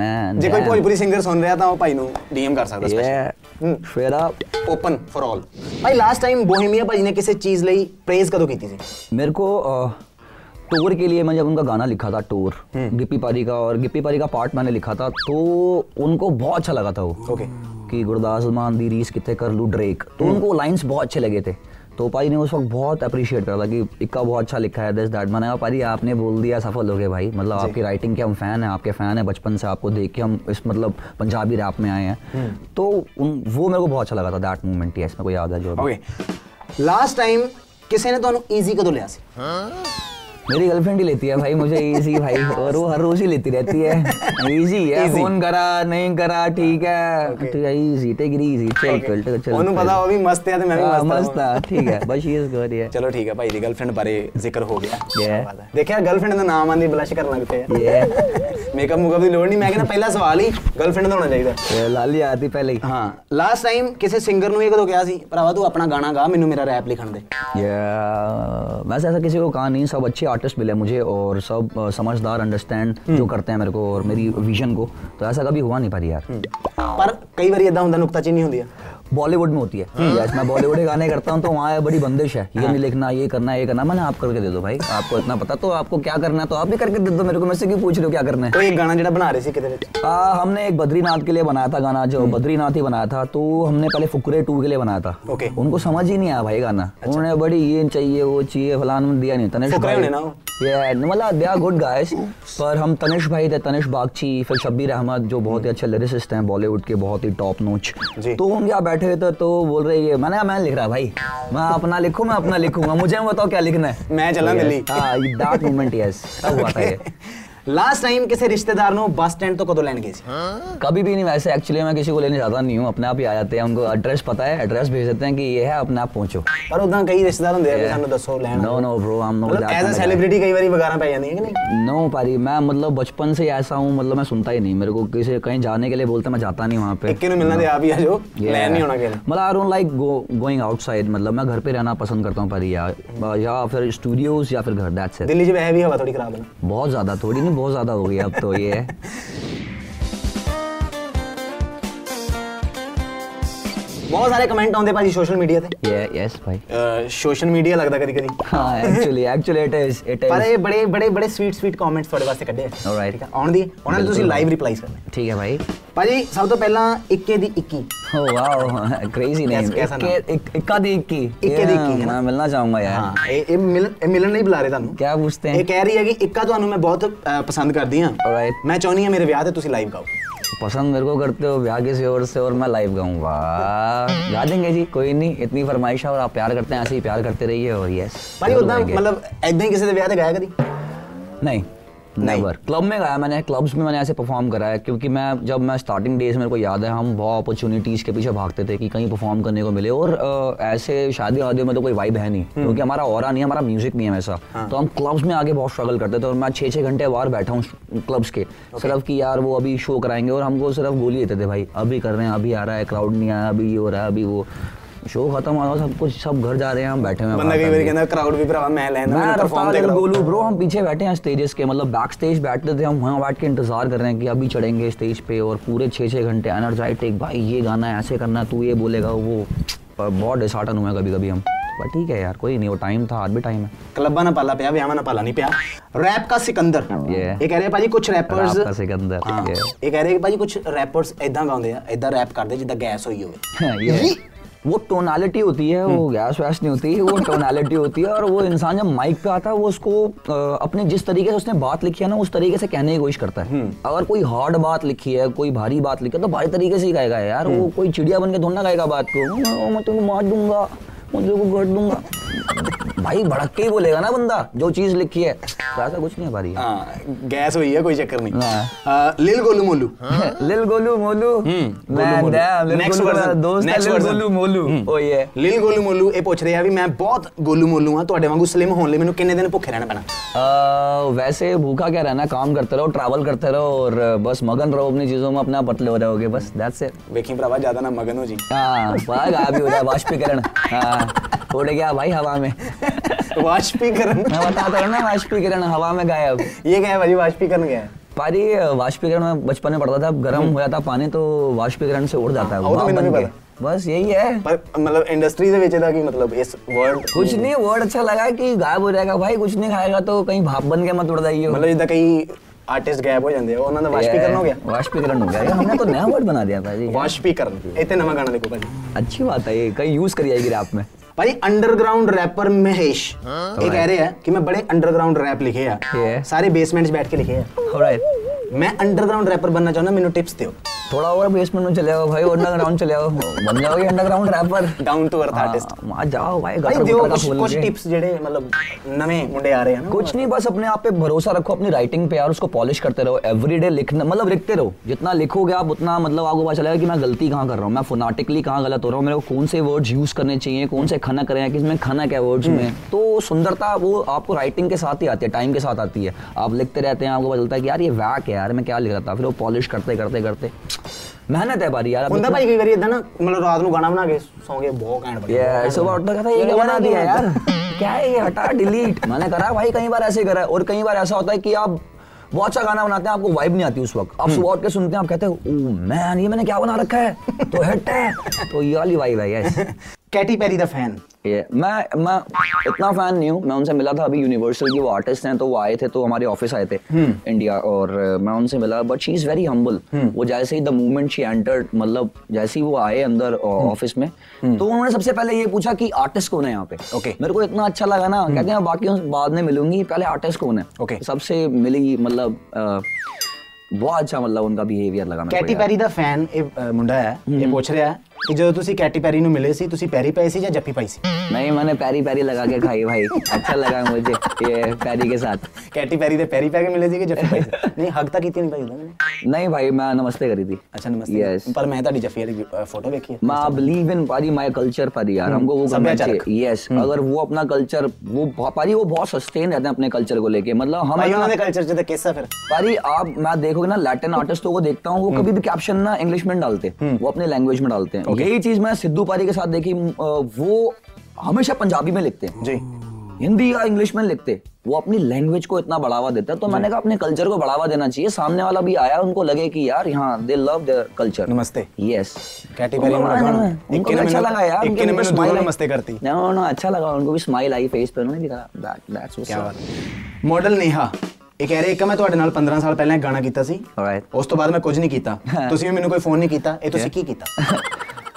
S2: मैन
S1: ਜੇ ਕੋਈ ਭੋਜਪੁਰੀ ਸਿੰਗਰ ਸੁਣ ਰਿਹਾ ਤਾਂ ਉਹ ਭਾਈ ਨੂੰ ਡੀਐਮ ਕਰ ਸਕਦਾ ਸਪੈਸ਼ਲ
S2: ये फिर आप
S1: ਓਪਨ ਫॉर ਆਲ ਭਾਈ ਲਾਸਟ ਟਾਈਮ ਬੋਹੀਮੀਆ ਭਾਜੀ ਨੇ ਕਿਸੇ ਚੀਜ਼ ਲਈ ਪ੍ਰੇਜ਼ ਕਦੋਂ ਕੀਤੀ ਸੀ
S2: मेरे को अ, टूर के लिए मैं जब उनका गाना लिखा था टूर गिप्पी पारी का और गिप्पी पारी का पार्ट मैंने लिखा था तो उनको बहुत अच्छा लगा था वो
S1: Okay.
S2: कि गुरदास मान दी रीस कितने कर लूँ ड्रेक तो उनको लाइंस बहुत अच्छे लगे थे तो पारी ने उस वक्त बहुत अप्रिशिएट करा था कि इक्का बहुत अच्छा लिखा है दिस दैट मैंने कहा पारी आपने बोल दिया सफल हो गए भाई मतलब आपकी राइटिंग के हम फैन हैं आपके फैन हैं बचपन से आपको देख के हम इस मतलब पंजाबी रैप में आए हैं तो उन वो मेरे को बहुत अच्छा लगा था दैट मोमेंट यस मेरे को याद है जो
S1: ਓਕੇ ਲਾਸਟ ਟਾਈਮ ਕਿਸੇ ਨੇ ਤੁਹਾਨੂੰ ਈਜ਼ੀ ਕਦੋਂ ਲਿਆ ਸੀ
S2: मेरी गर्लफ्रेंड ही लेती है भाई मुझे इजी भाई और वो हर रोज ही लेती रहती है इजी है
S1: Easy.
S2: फोन करा नहीं करा ठीक है ठीक है इजी टेक इट इजी चल चल चल चल
S1: ਉਹਨੂੰ ਪਤਾ ਉਹ ਵੀ ਮਸਤ ਹੈ ਤੇ ਮੈਂ ਵੀ
S2: हाँ,
S1: ਮਸਤ ਹਾਂ
S2: मस्त था ठीक है बस ये गुड है
S1: ਚਲੋ ਠੀਕ ਹੈ ਭਾਈ ਦੀ ਗਰਲਫ੍ਰੈਂਡ ਬਾਰੇ ਜ਼ਿਕਰ ਹੋ ਗਿਆ
S2: Yeah.
S1: ਬਾਤ ਹੈ। ਦੇਖਿਆ ਗਰਲਫ੍ਰੈਂਡ ਦਾ ਨਾਮ ਆਂਦੀ ਬਲਸ਼ ਕਰਨ ਲੱਗ ਪਏ
S2: ये
S1: ਮੇਕਅਪ ਮੁਕਅਪ ਦੀ ਲੋੜ ਨਹੀਂ ਮੈਂ ਕਹਿੰਦਾ ਪਹਿਲਾ ਸਵਾਲ ਹੀ ਗਰਲਫ੍ਰੈਂਡ ਦਾ ਹੋਣਾ ਚਾਹੀਦਾ
S2: लाली आती पहले ही
S1: ਹਾਂ ਲਾਸਟ ਟਾਈਮ ਕਿਸੇ ਸਿੰਗਰ ਨੂੰ ਇਹ ਕਦੋਂ ਕਿਹਾ ਸੀ ਭਰਾਵਾ ਤੂੰ ਆਪਣਾ ਗਾਣਾ ਗਾ ਮੈਨੂੰ ਮੇਰਾ ਰੈਪ ਲਿਖਣ ਦੇ
S2: Yeah, वैसे ऐसा किसी को कहा नहीं सब अच्छे आर्टिस्ट मिले मुझे और सब अ, समझदार अंडरस्टैंड जो करते हैं मेरे को और मेरी विजन को तो ऐसा कभी हुआ नहीं पारी यार
S1: ਪਰ ਕਈ ਵਾਰੀ ਇਦਾਂ ਹੁੰਦਾ ਨੁਕਤਾਚੀਨੀ ਹੁੰਦੀ ਆ
S2: बॉलीवुड में होती है यस मैं बॉलीवुड के गाने करता हूँ तो वहाँ ये बड़ी बंदिश है ये नहीं लिखना ये करना ये करना मैंने आप करके दे दो भाई आपको इतना पता तो आपको क्या करना है तो आप भी करके दे दो मेरे को मैं से क्यों पूछ रहे हो क्या करना है
S1: ਕੋਈ ਇੱਕ ਗਾਣਾ ਜਿਹੜਾ ਬਣਾ ਰਹੇ ਸੀ ਕਿਤੇ ਵਿੱਚ
S2: आ, हमने एक बद्रीनाथ के लिए बनाया था गाना
S1: हम्म।
S2: जो बद्रीनाथ ही बनाया था तो हमने पहले फुकरे टू के लिए बनाया था
S1: Okay.
S2: उनको समझ ही नहीं आया भाई गाना उन्होंने बड़ी ये चाहिए वो चाहिए फलान में दिया नहीं तनिष्क
S1: अच्छा। फुकरे
S2: भाई
S1: होने ना वो।
S2: Yeah, मतलब दे आर गुड गाइस पर हम तनिष्क भाई थे तनिष्क बागची फिर शब्बीर अहमद जो बहुत ही अच्छे लिरिसिस्ट हैं बॉलीवुड के बहुत ही टॉप नोच
S1: हम्म। जी।
S2: तो हम यहाँ बैठे हुए थे तो बोल रहे ये मैंने कहा मैं लिख रहा भाई मैं अपना लिखूं मैं अपना लिखूंगा मुझे बताओ क्या लिखना है
S1: मैं चला
S2: Yes,
S1: दिल्ली।
S2: हाँ दैट मोमेंट यस तब हुआ था ये
S1: ਲਾਸਟ ਟਾਈਮ ਕਿਸੇ ਰਿਸ਼ਤੇਦਾਰ ਨੂੰ ਬੱਸ ਸਟੈਂਡ ਤੋਂ ਕਦੋਂ ਲੈਣ ਗਏ ਸੀ
S2: कभी भी नहीं वैसे एक्चुअली मैं किसी को लेने जाता नहीं हूँ अपने आप ही आ जाते हैं उनको एड्रेस पता है एड्रेस भेज देते हैं कि ये है अपने आप पहुँचो
S1: ਪਰ ਉਦਾਂ ਕਈ ਰਿਸ਼ਤੇਦਾਰ ਹੁੰਦੇ ਆ ਵੀ ਸਾਨੂੰ ਦੱਸੋ ਲੈਣ
S2: नो नो ब्रो हम नो
S1: ਮਤਲਬ ਐਜ਼ ਅ ਸੈਲੀਬ੍ਰਿਟੀ ਕਈ ਵਾਰੀ ਵਗਾਰਾਂ ਪੈ ਜਾਂਦੀਆਂ ਕਿ ਨਹੀਂ
S2: नो पारी मैं मतलब बचपन से ही ऐसा हूँ मतलब मैं सुनता ही नहीं मेरे को किसी कहीं जाने के लिए बोलते मैं जाता नहीं वहाँ पे
S1: ਇੱਕੇ ਨੂੰ ਮਿਲਣਾ ਤੇ ਆਪ ਹੀ ਆ ਜਾਓ ਲੈਣ ਨਹੀਂ ਆਉਣਾ ਕਿਸੇ ਨੇ।
S2: मतलब I don't like going outside मतलब मैं घर पे रहना पसंद करता हूँ पारी या या फिर स्टूडियोज या फिर घर दैट्स इट
S1: ਦਿੱਲੀ 'ਚ ਵੈਸੇ ਵੀ ਹਵਾ ਥੋੜੀ ਖਰਾਬ ਹੈ ਨਾ।
S2: बहुत ज़्यादा थोड़ी नहीं बहुत ज़्यादा हो गई अब तो ये है
S1: ਬਹੁਤ ਸਾਰੇ ਕਮੈਂਟ ਆਉਂਦੇ ਭਾਜੀ ਸੋਸ਼ਲ ਮੀਡੀਆ ਤੇ
S2: ये यस भाई
S1: ਸੋਸ਼ਲ ਮੀਡੀਆ ਲੱਗਦਾ ਕਦੀ ਕਦੀ
S2: हाँ actually actually it is it
S1: ਪਰ
S2: इज
S1: ਇਹ ਬੜੇ ਬੜੇ ਬੜੇ ਸਵੀਟ ਸਵੀਟ ਕਮੈਂਟਸ ਤੁਹਾਡੇ ਵਾਸਤੇ ਕੱਢੇ ਆ
S2: Alright.
S1: ਠੀਕ ਆ ਆਉਣ ਦੀ ਉਹਨਾਂ ਨੂੰ ਤੁਸੀਂ ਲਾਈਵ ਰਿਪਲਾਈਜ਼ ਕਰਨਾ ਹੈ।
S2: ठीक है भाई
S1: ਭਾਜੀ ਸਭ ਤੋਂ ਪਹਿਲਾਂ ਇੱਕੇ ਦੀ 21
S2: ओह वाओ क्रेजी नेम
S1: कैसा- कैसा नाम?
S2: इक्का दी इक्की
S1: इक्के दी इक्की है ना? हाँ.
S2: मैं मिलना चाहूंगा यार
S1: ਹਾਂ ਇਹ ਇਹ ਮਿਲਣ ਇਹ ਮਿਲਣ ਨਹੀਂ ਬੁਲਾ ਰਹੇ ਤੁਹਾਨੂੰ
S2: क्या पूछते
S1: ਇਹ
S2: हैं
S1: ਕਹਿ ਰਹੀ ਹੈ ਕਿ ਇੱਕਾ ਤੁਹਾਨੂੰ ਮੈਂ ਬਹੁਤ ਅ, ਪਸੰਦ ਕਰਦੀ ਹਾਂ
S2: Alright.
S1: ਮੈਂ ਚਾਹੁੰਦੀ ਹਾਂ ਮੇਰੇ ਵਿਆਹ ਤੇ ਤੁਸੀਂ ਲਾਈਵ ਗਾਓ
S2: पसंद मेरे को करते हो ब्याह किसी और से और मैं लाइव गाऊं वाह गा देंगे जी कोई नहीं इतनी फरमाइश है और आप प्यार करते हैं ऐसे ही प्यार करते रहिए और यस
S1: ਭਾਜੀ ਉਦਾਂ ਮਤਲਬ ਐਦਾਂ ਹੀ ਕਿਸੇ ਦੇ ਵਿਆਹ ਤੇ ਗਾਇਆ ਕਦੀ
S2: नहीं
S1: नहीं।
S2: नेवर क्लब में गाया मैंने क्लब्स में मैंने ऐसे परफॉर्म करा है क्योंकि मैं जब मैं स्टार्टिंग डेज मेरे को याद है हम बहुत अपॉर्चुनिटीज़ के पीछे भागते थे कि कहीं परफॉर्म करने को मिले और अ, ऐसे शादी वादियों में तो कोई वाइब है नहीं क्योंकि हमारा और नहीं है, हमारा म्यूजिक नहीं है वैसा तो हम क्लब्स में आगे बहुत स्ट्रगल करते थे और मैं छः छः घंटे बाहर बैठा हूँ क्लब्स के सिर्फ कि यार वो अभी शो कराएंगे और हमको सिर्फ गोली देते थे भाई अभी कर रहे हैं अभी आ रहा है क्राउड नहीं आया अभी ये हो रहा है अभी वो शो खत्म हो रहा सब कुछ सब घर जा रहे हैं हम बैठे हुए हैं
S1: ਬੰਦਾ
S2: बाहर
S1: ਕਈ
S2: करके।
S1: ਵਾਰੀ ਕਹਿੰਦਾ ਕਰਾਊਡ भी ਭਰਾਵਾ मैं ਲੈਣਾ
S2: मैं
S1: ਮੈਨੂੰ
S2: रफ्तार
S1: ਪਰਫਾਰਮ ਤੇ
S2: अगर
S1: ਕਰਾਓ
S2: गोलू ब्रो हम पीछे बैठे हैं स्टेजेस के मतलब बैक स्टेज बैठते थे हम वहाँ बैठ के इंतजार कर रहे हैं कि अभी चढ़ेंगे स्टेज पे और पूरे छः छः घंटे एनर्जाइटिक भाई ये गाना है ऐसे करना है, तू ये बोलेगा वो पर बहुत डिसाटन हुए कभी कभी हम पर ठीक है यार कोई नहीं वो टाइम था आज भी टाइम है
S1: ਕਲੱਬਾਂ ਨਾ ਪਾਲਾ ਪਿਆ ਵਿਆਹਾਂ ਨਾ ਪਾਲਾ ਨਹੀਂ ਪਿਆ ਰੈਪ ਦਾ ਸਿਕੰਦਰ
S2: Yeah.
S1: ਇਹ ਕਹਿ ਰਹੇ ਆ ਭਾਜੀ ਕੁਝ ਰੈਪਰਸ
S2: आपका सिकंदर ये-
S1: ਇਹ ਕਹਿ ਰਹੇ ਕਿ ਭਾਜੀ ਕੁਝ ਰੈਪਰਸ ਐਦਾਂ ਗਾਉਂਦੇ ਆ ਐਦਾਂ ਰੈਪ ਕਰਦੇ ਜਿੱਦਾਂ ਗੈਸ ਹੋਈ ਹੋਵੇ
S2: हाँ, ये वो टोनालिटी होती है वो
S1: हम्म।
S2: गैस वैस नहीं होती वो टोनालिटी होती है और वो इंसान जब माइक पे आता है वो उसको अ, अपने जिस तरीके से उसने बात लिखी है ना उस तरीके से कहने की कोशिश करता है
S1: हम्म।
S2: अगर कोई हार्ड बात लिखी है कोई भारी बात लिखी है तो भारी तरीके से ही गाएगा यार
S1: हम्म।
S2: वो कोई चिड़िया बन के थोड़ी ना गाएगा बात को "मैं- मैं तुमको मार दूंगा मैं तुमको कर दूंगा भाई भड़क के ही बोलेगा ना बंदा जो चीज लिखी है तो ऐसा कुछ नहीं है भारी
S1: ਹਾਂ ਗੈਸ ਹੋਈ ਹੈ ਕੋਈ ਚੱਕਰ ਨਹੀਂ
S2: ਹਾਂ।
S1: ਅਹ, ਲਿਲ ਗੋਲੂ ਮੋਲੂ
S2: लिल गोलू मोलू
S1: हाँ। हम्म, गोलू
S2: मैं damn, लिल
S1: Next
S2: गोलू मेरा
S1: version,
S2: दोस्त है
S1: next हम्म।
S2: लिल
S1: version.
S2: गोलू मोलू ओ ये
S1: ਲਿਲ ਗੋਲੂ ਮੋਲੂ ਇਹ ਪੁੱਛ ਰਿਹਾ ਵੀ ਮੈਂ ਬਹੁਤ ਗੋਲੂ ਮੋਲੂ ਹਾਂ ਤੁਹਾਡੇ ਵਾਂਗੂ ਸਲਿਮ ਹੋਣ ਲਈ ਮੈਨੂੰ ਕਿੰਨੇ ਦਿਨ ਭੁੱਖੇ ਰਹਿਣਾ ਪੈਣਾ
S2: अ, वैसे भूखा क्या रहना काम करते रहो ट्रैवल करते रहो और अ, बस मगन रहो अपनी चीजों में अपना पतले हो रहोगे बस दैट्स इट
S1: ਵੇਖੀ ਭਰਾਵਾ ਜ਼ਿਆਦਾ ਨਾ ਮਗਨ ਹੋ ਜੀ
S2: हाँ भाग आ भी हो रहा है वाष्पीकरण हाँ उड़ गया भाई हवा में
S1: ਵਾਸ਼ਪੀਕਰਨ
S2: मैं बताता हूँ ना वाष्पीकरण हवा में गायब
S1: ਇਹ ਕਹੇ ਭਾਜੀ ਵਾਸ਼ਪੀਕਰਨ ਗਿਆ
S2: पारी अ, वाष्पीकरण में बचपन में पढ़ता था गर्म हो जाता पानी तो वाष्पीकरण से उड़ जाता है
S1: हाँ, हम्म। वो तो
S2: भाप
S1: मैंने
S2: बन
S1: भी
S2: के। बस यही है
S1: ਪਰ ਮਤਲਬ ਇੰਡਸਟਰੀ ਦੇ ਵਿੱਚ ਇਹਦਾ ਕੀ ਮਤਲਬ ਇਸ ਵਰਲਡ
S2: कुछ नहीं वर्ड अच्छा लगा कि गायब हो जाएगा भाई कुछ नहीं खाएगा तो कहीं भाप बन के मत उड़ जाइए
S1: ਮਤਲब ਜਿੱਦਾਂ ਕਈ ਆਰਟਿਸਟ ਗਾਇਬ ਹੋ ਜਾਂਦੇ ਆ ਉਹਨਾਂ ਦਾ ਵਾਸ਼ਪੀਕਰਨ ਹੋ ਗਿਆ
S2: वाष्पीकरण हो गया ये हमने तो नया वर्ड बना दिया भाई
S1: ਵਾਸ਼ਪੀਕਰਨ ਇੱਥੇ ਨਵਾਂ ਗਾਣਾ ਲਿਖੋ ਭਾਜੀ
S2: अच्छी बात है ये कहीं यूज करी जाएगी रैप में
S1: ਭਾਈ ਅੰਡਰਗਰਾਉਂਡ ਰੈਪਰ ਮਹੇਸ਼ ਇਹ ਕਹਿ ਰਹੇ ਆ ਕਿ ਮੈਂ ਬੜੇ ਅੰਡਰਗਰਾਉਂਡ ਰੈਪ ਲਿਖੇ ਆ
S2: Yeah.
S1: ਸਾਰੇ ਬੇਸਮੈਂਟ 'ਚ ਬੈਠ ਕੇ ਲਿਖੇ ਆ
S2: ऑलराइट
S1: ਮੈਂ ਅੰਡਰਗਰਾਉਂਡ ਰੈਪਰ ਬਣਨਾ ਚਾਹੁੰਦਾ ਮੈਨੂੰ ਟਿਪਸ ਦਿਓ
S2: थोड़ा और बेसमेंट में चले जाओ भाई अंडरग्राउंड चले जाओ बन जाओगे underground rapper
S1: down to earth artist
S2: वहाँ जाओ भाई
S1: ਭਾਈ
S2: गटर
S1: ਦਿਓ
S2: गुटर का
S1: ਕੁਝ
S2: फूल
S1: ਕੁਝ
S2: के।
S1: ਟਿਪਸ ਜਿਹੜੇ ਮਤਲਬ ਨਵੇਂ ਮੁੰਡੇ ਆ ਰਹੇ ਆ ਨਾ
S2: कुछ नहीं बस अपने आप पे भरोसा रखो अपनी राइटिंग पे यार उसको पॉलिश करते रहो एवरीडे लिखना मतलब लिखते रहो जितना लिखोगे आप उतना मतलब आपको पता चलेगा कि मैं गलती कहाँ कर रहा हूँ मैं फोनाटिकली कहाँ गलत हो रहा हूँ मेरे को कौन से वर्ड्स यूज करने चाहिए कौन से खनक रहे हैं किसमें खनक है वर्ड्स में तो सुंदरता वो आपको राइटिंग के साथ ही आती है टाइम के साथ आती है आप लिखते रहते हैं आपको पता चलता है कि यार ये वैक है यार मैं क्या लिख रहा था फिर वो पॉलिश करते करते करते मेहनत है भारी यार
S1: ਹੁੰਦਾ ਭਾਈ ਕਈ ਵਾਰੀ ਇਦਾਂ ਨਾ ਮਤਲਬ ਰਾਤ ਨੂੰ ਗਾਣਾ ਬਣਾ ਕੇ ਸੌਂਗੇ ਬਹੁਤ ਘੈਂਟ ਬਣੇ
S2: ये सुबह उठता कहता है, ये क्या बना दिया यार क्या है ये हटा डिलीट मैंने करा भाई कई बार ऐसे करा है। और कई बार ऐसा होता है कि आप बहुत अच्छा गाना बनाते हैं आपको वाइब नहीं आती उस वक्त आप सुबह उठ के सुनते हैं आप कहते हैं मैन ये मैंने क्या बना रखा है तो हिट है तो ये वाली वाइब है यस
S1: ਕੈਟੀ ਪੈਰੀ ਦਾ ਫੈਨ
S2: ये मैं मैं इतना फैन नहीं हूँ मैं उनसे मिला था अभी यूनिवर्सल की वो आर्टिस्ट हैं तो वो आए थे तो हमारे ऑफिस आए थे
S1: हम्म।
S2: इंडिया और अ, मैं उनसे मिला but she is very humble वो जैसे ही द मूवमेंट शी एंटर्ड मतलब जैसे ही वो आए अंदर
S1: हम्म।
S2: ऑफिस में तो उन्होंने सबसे पहले ये पूछा कि आर्टिस्ट कौन है यहाँ पे
S1: Okay. हम्म।
S2: मेरे को इतना अच्छा लगा ना कहते हैं बाकी बाद में मिलूंगी पहले आर्टिस्ट कौन है
S1: Okay.
S2: सबसे मिली मतलब अ, बहुत अच्छा मतलब उनका बिहेवियर लगा मेरे को
S1: ਕੈਟੀ
S2: यार।
S1: ਪੈਰੀ ਦਾ ਫੈਨ ਇਹ ਅ, ਮੁੰਡਾ ਹੈ ਇਹ ਪੁੱਛ ਰਿਹਾ ਕਿ ਜਦੋਂ ਤੁਸੀਂ ਕੈਟੀ ਪੈਰੀ ਨੂੰ ਮਿਲੇ ਸੀ ਤੁਸੀਂ ਪੈਰੀ ਪਾਈ ਸੀ ਜਾਂ ਜੱਫੀ ਪਾਈ ਸੀ
S2: नहीं मैंने पैरी पैरी लगा के खाई भाई अच्छा लगा मुझे ये पैरी के साथ
S1: ਕੈਟੀ ਪੈਰੀ ਦੇ ਪੈਰੀ ਪੈ ਕੇ ਮਿਲੇ ਸੀ ਕਿ ਜੱਫੀ ਪਾਈ ਸੀ ਨਹੀਂ ਹੱਗ ਤਾਂ ਕੀਤੀ ਨਹੀਂ ਭਾਈ ਉਹਦਾ ਮੈਨੇ
S2: नहीं भाई मैं नमस्ते करी थी
S1: ਅੱਛਾ ਨਮਸਤੇ
S2: Yes.
S1: ਪਰ ਮੈਂ ਤੁਹਾਡੀ ਜੱਫੀ ਵਾਲੀ ਫੋਟੋ ਵੇਖੀ ਹੈ
S2: मैं बिलीव इन पारी माय कल्चर पारी यार हमको वो करना
S1: सभ्याचारक।
S2: चाहिए यस अगर वो अपना कल्चर वो बहुत- पारी वो बहुत सस्टेन रहते हैं अपने कल्चर को लेके मतलब हम
S1: ਭਾਈ
S2: अपना-
S1: ਉਹਨਾਂ ਦੇ ਕਲਚਰ 'ਚ ਤਾਂ ਕਿੱਸਾ ਫਿਰ
S2: पारी आप मैं देखोगे ना लैटिन आर्टिस्टों को देखता हूँ वो कभी भी कैप्शन ना इंग्लिश में नहीं डालते वो अपने लैंग्वेज में डालते हैं यही चीज मैं सिद्धू पारी के साथ देखी अ, वो हमेशा पंजाबी में लिखते हैं
S1: ਜੀ
S2: हिंदी या इंग्लिश में लिखते वो अपनी लैंग्वेज को इतना बढ़ावा देता है तो मैंने कहा अपने कल्चर को बढ़ावा देना चाहिए सामने वाला भी आया उनको लगे कि यार हाँ, यहाँ दे लव देयर कल्चर
S1: नमस्ते।
S2: यस
S1: Katy Perry हम लोग दोनों-
S2: उनको भी
S1: इक्कीने
S2: अच्छा
S1: में-
S2: लगा यार
S1: इक्कीने में दोनों नमस्ते करती।
S2: नो नो अच्छा लगा उनको भी स्माइल आई फेस पे उन्होंने भी कहा दैट दैट्स व्हाट्स
S1: ਕਿਆ ਬਾਤ ਮਾਡਲ ਨੇਹਾ ਇਹ ਕਹਿ ਰਹੇ ਇੱਕ ਮੈਂ ਤੁਹਾਡੇ ਨਾਲ 15 ਸਾਲ ਪਹਿਲਾਂ ਇੱਕ ਗਾਣਾ ਕੀਤਾ ਸੀ
S2: Alright.
S1: ਉਸ ਤੋਂ ਬਾਅਦ ਮੈਂ ਕੁਝ ਨਹੀਂ ਕੀਤਾ ਤੁਸੀਂ ਵੀ ਮੈਨੂੰ ਕੋਈ ਫੋਨ ਨਹੀਂ ਕੀਤਾ ਇਹ ਤੁਸੀਂ ਕੀ ਕੀਤਾ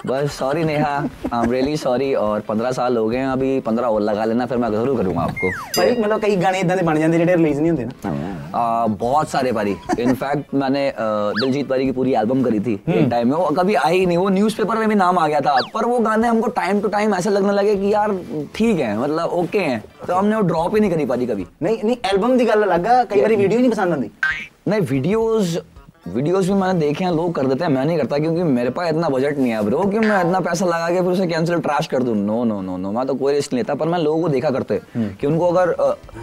S2: बस sorry Neha I am really sorry और 15 साल हो गए हैं अभी 15 और लगा लेना फिर मैं जरूर करूंगा आपको
S1: ਭਾਈ ਮਤਲਬ ਕਈ ਗਾਣੇ ਇਦਾਂ ਦੇ ਬਣ ਜਾਂਦੇ ਜਿਹੜੇ ਰਿਲੀਜ਼ नहीं ਹੁੰਦੇ ਨਾ
S2: आ, बहुत सारे बारी इनफैक्ट मैंने आ, दिलजीत बारी की पूरी एल्बम करी थी
S1: हम्म।
S2: एक टाइम में वो कभी आई ही नहीं वो न्यूज़पेपर में भी नाम आ गया था पर वो गाने हमको टाइम टू टाइम ऐसे लगने लगे कि यार ठीक है मतलब ओके हैं तो हमने वो ड्रॉप ही नहीं करी पाई कभी
S1: ਨਹੀਂ ਨਹੀਂ ਐਲਬਮ ਦੀ ਗੱਲ ਅਲੱਗ ਆ ਕਈ ਵਾਰੀ ਵੀਡੀਓ ਨਹੀਂ ਪਸੰਦ ਆਉਂਦੀ
S2: नहीं वीडियोस वीडियोस भी मैंने देखे हैं लोग कर देते हैं मैं नहीं करता क्योंकि मेरे पास इतना बजट नहीं है ब्रो कि मैं इतना पैसा लगा के फिर उसे कैंसिल ट्रैश कर दूं नो नो नो नो मैं तो कोई रिस्क नहीं लेता पर मैं लोगों को देखा करते कि उनको अगर अ,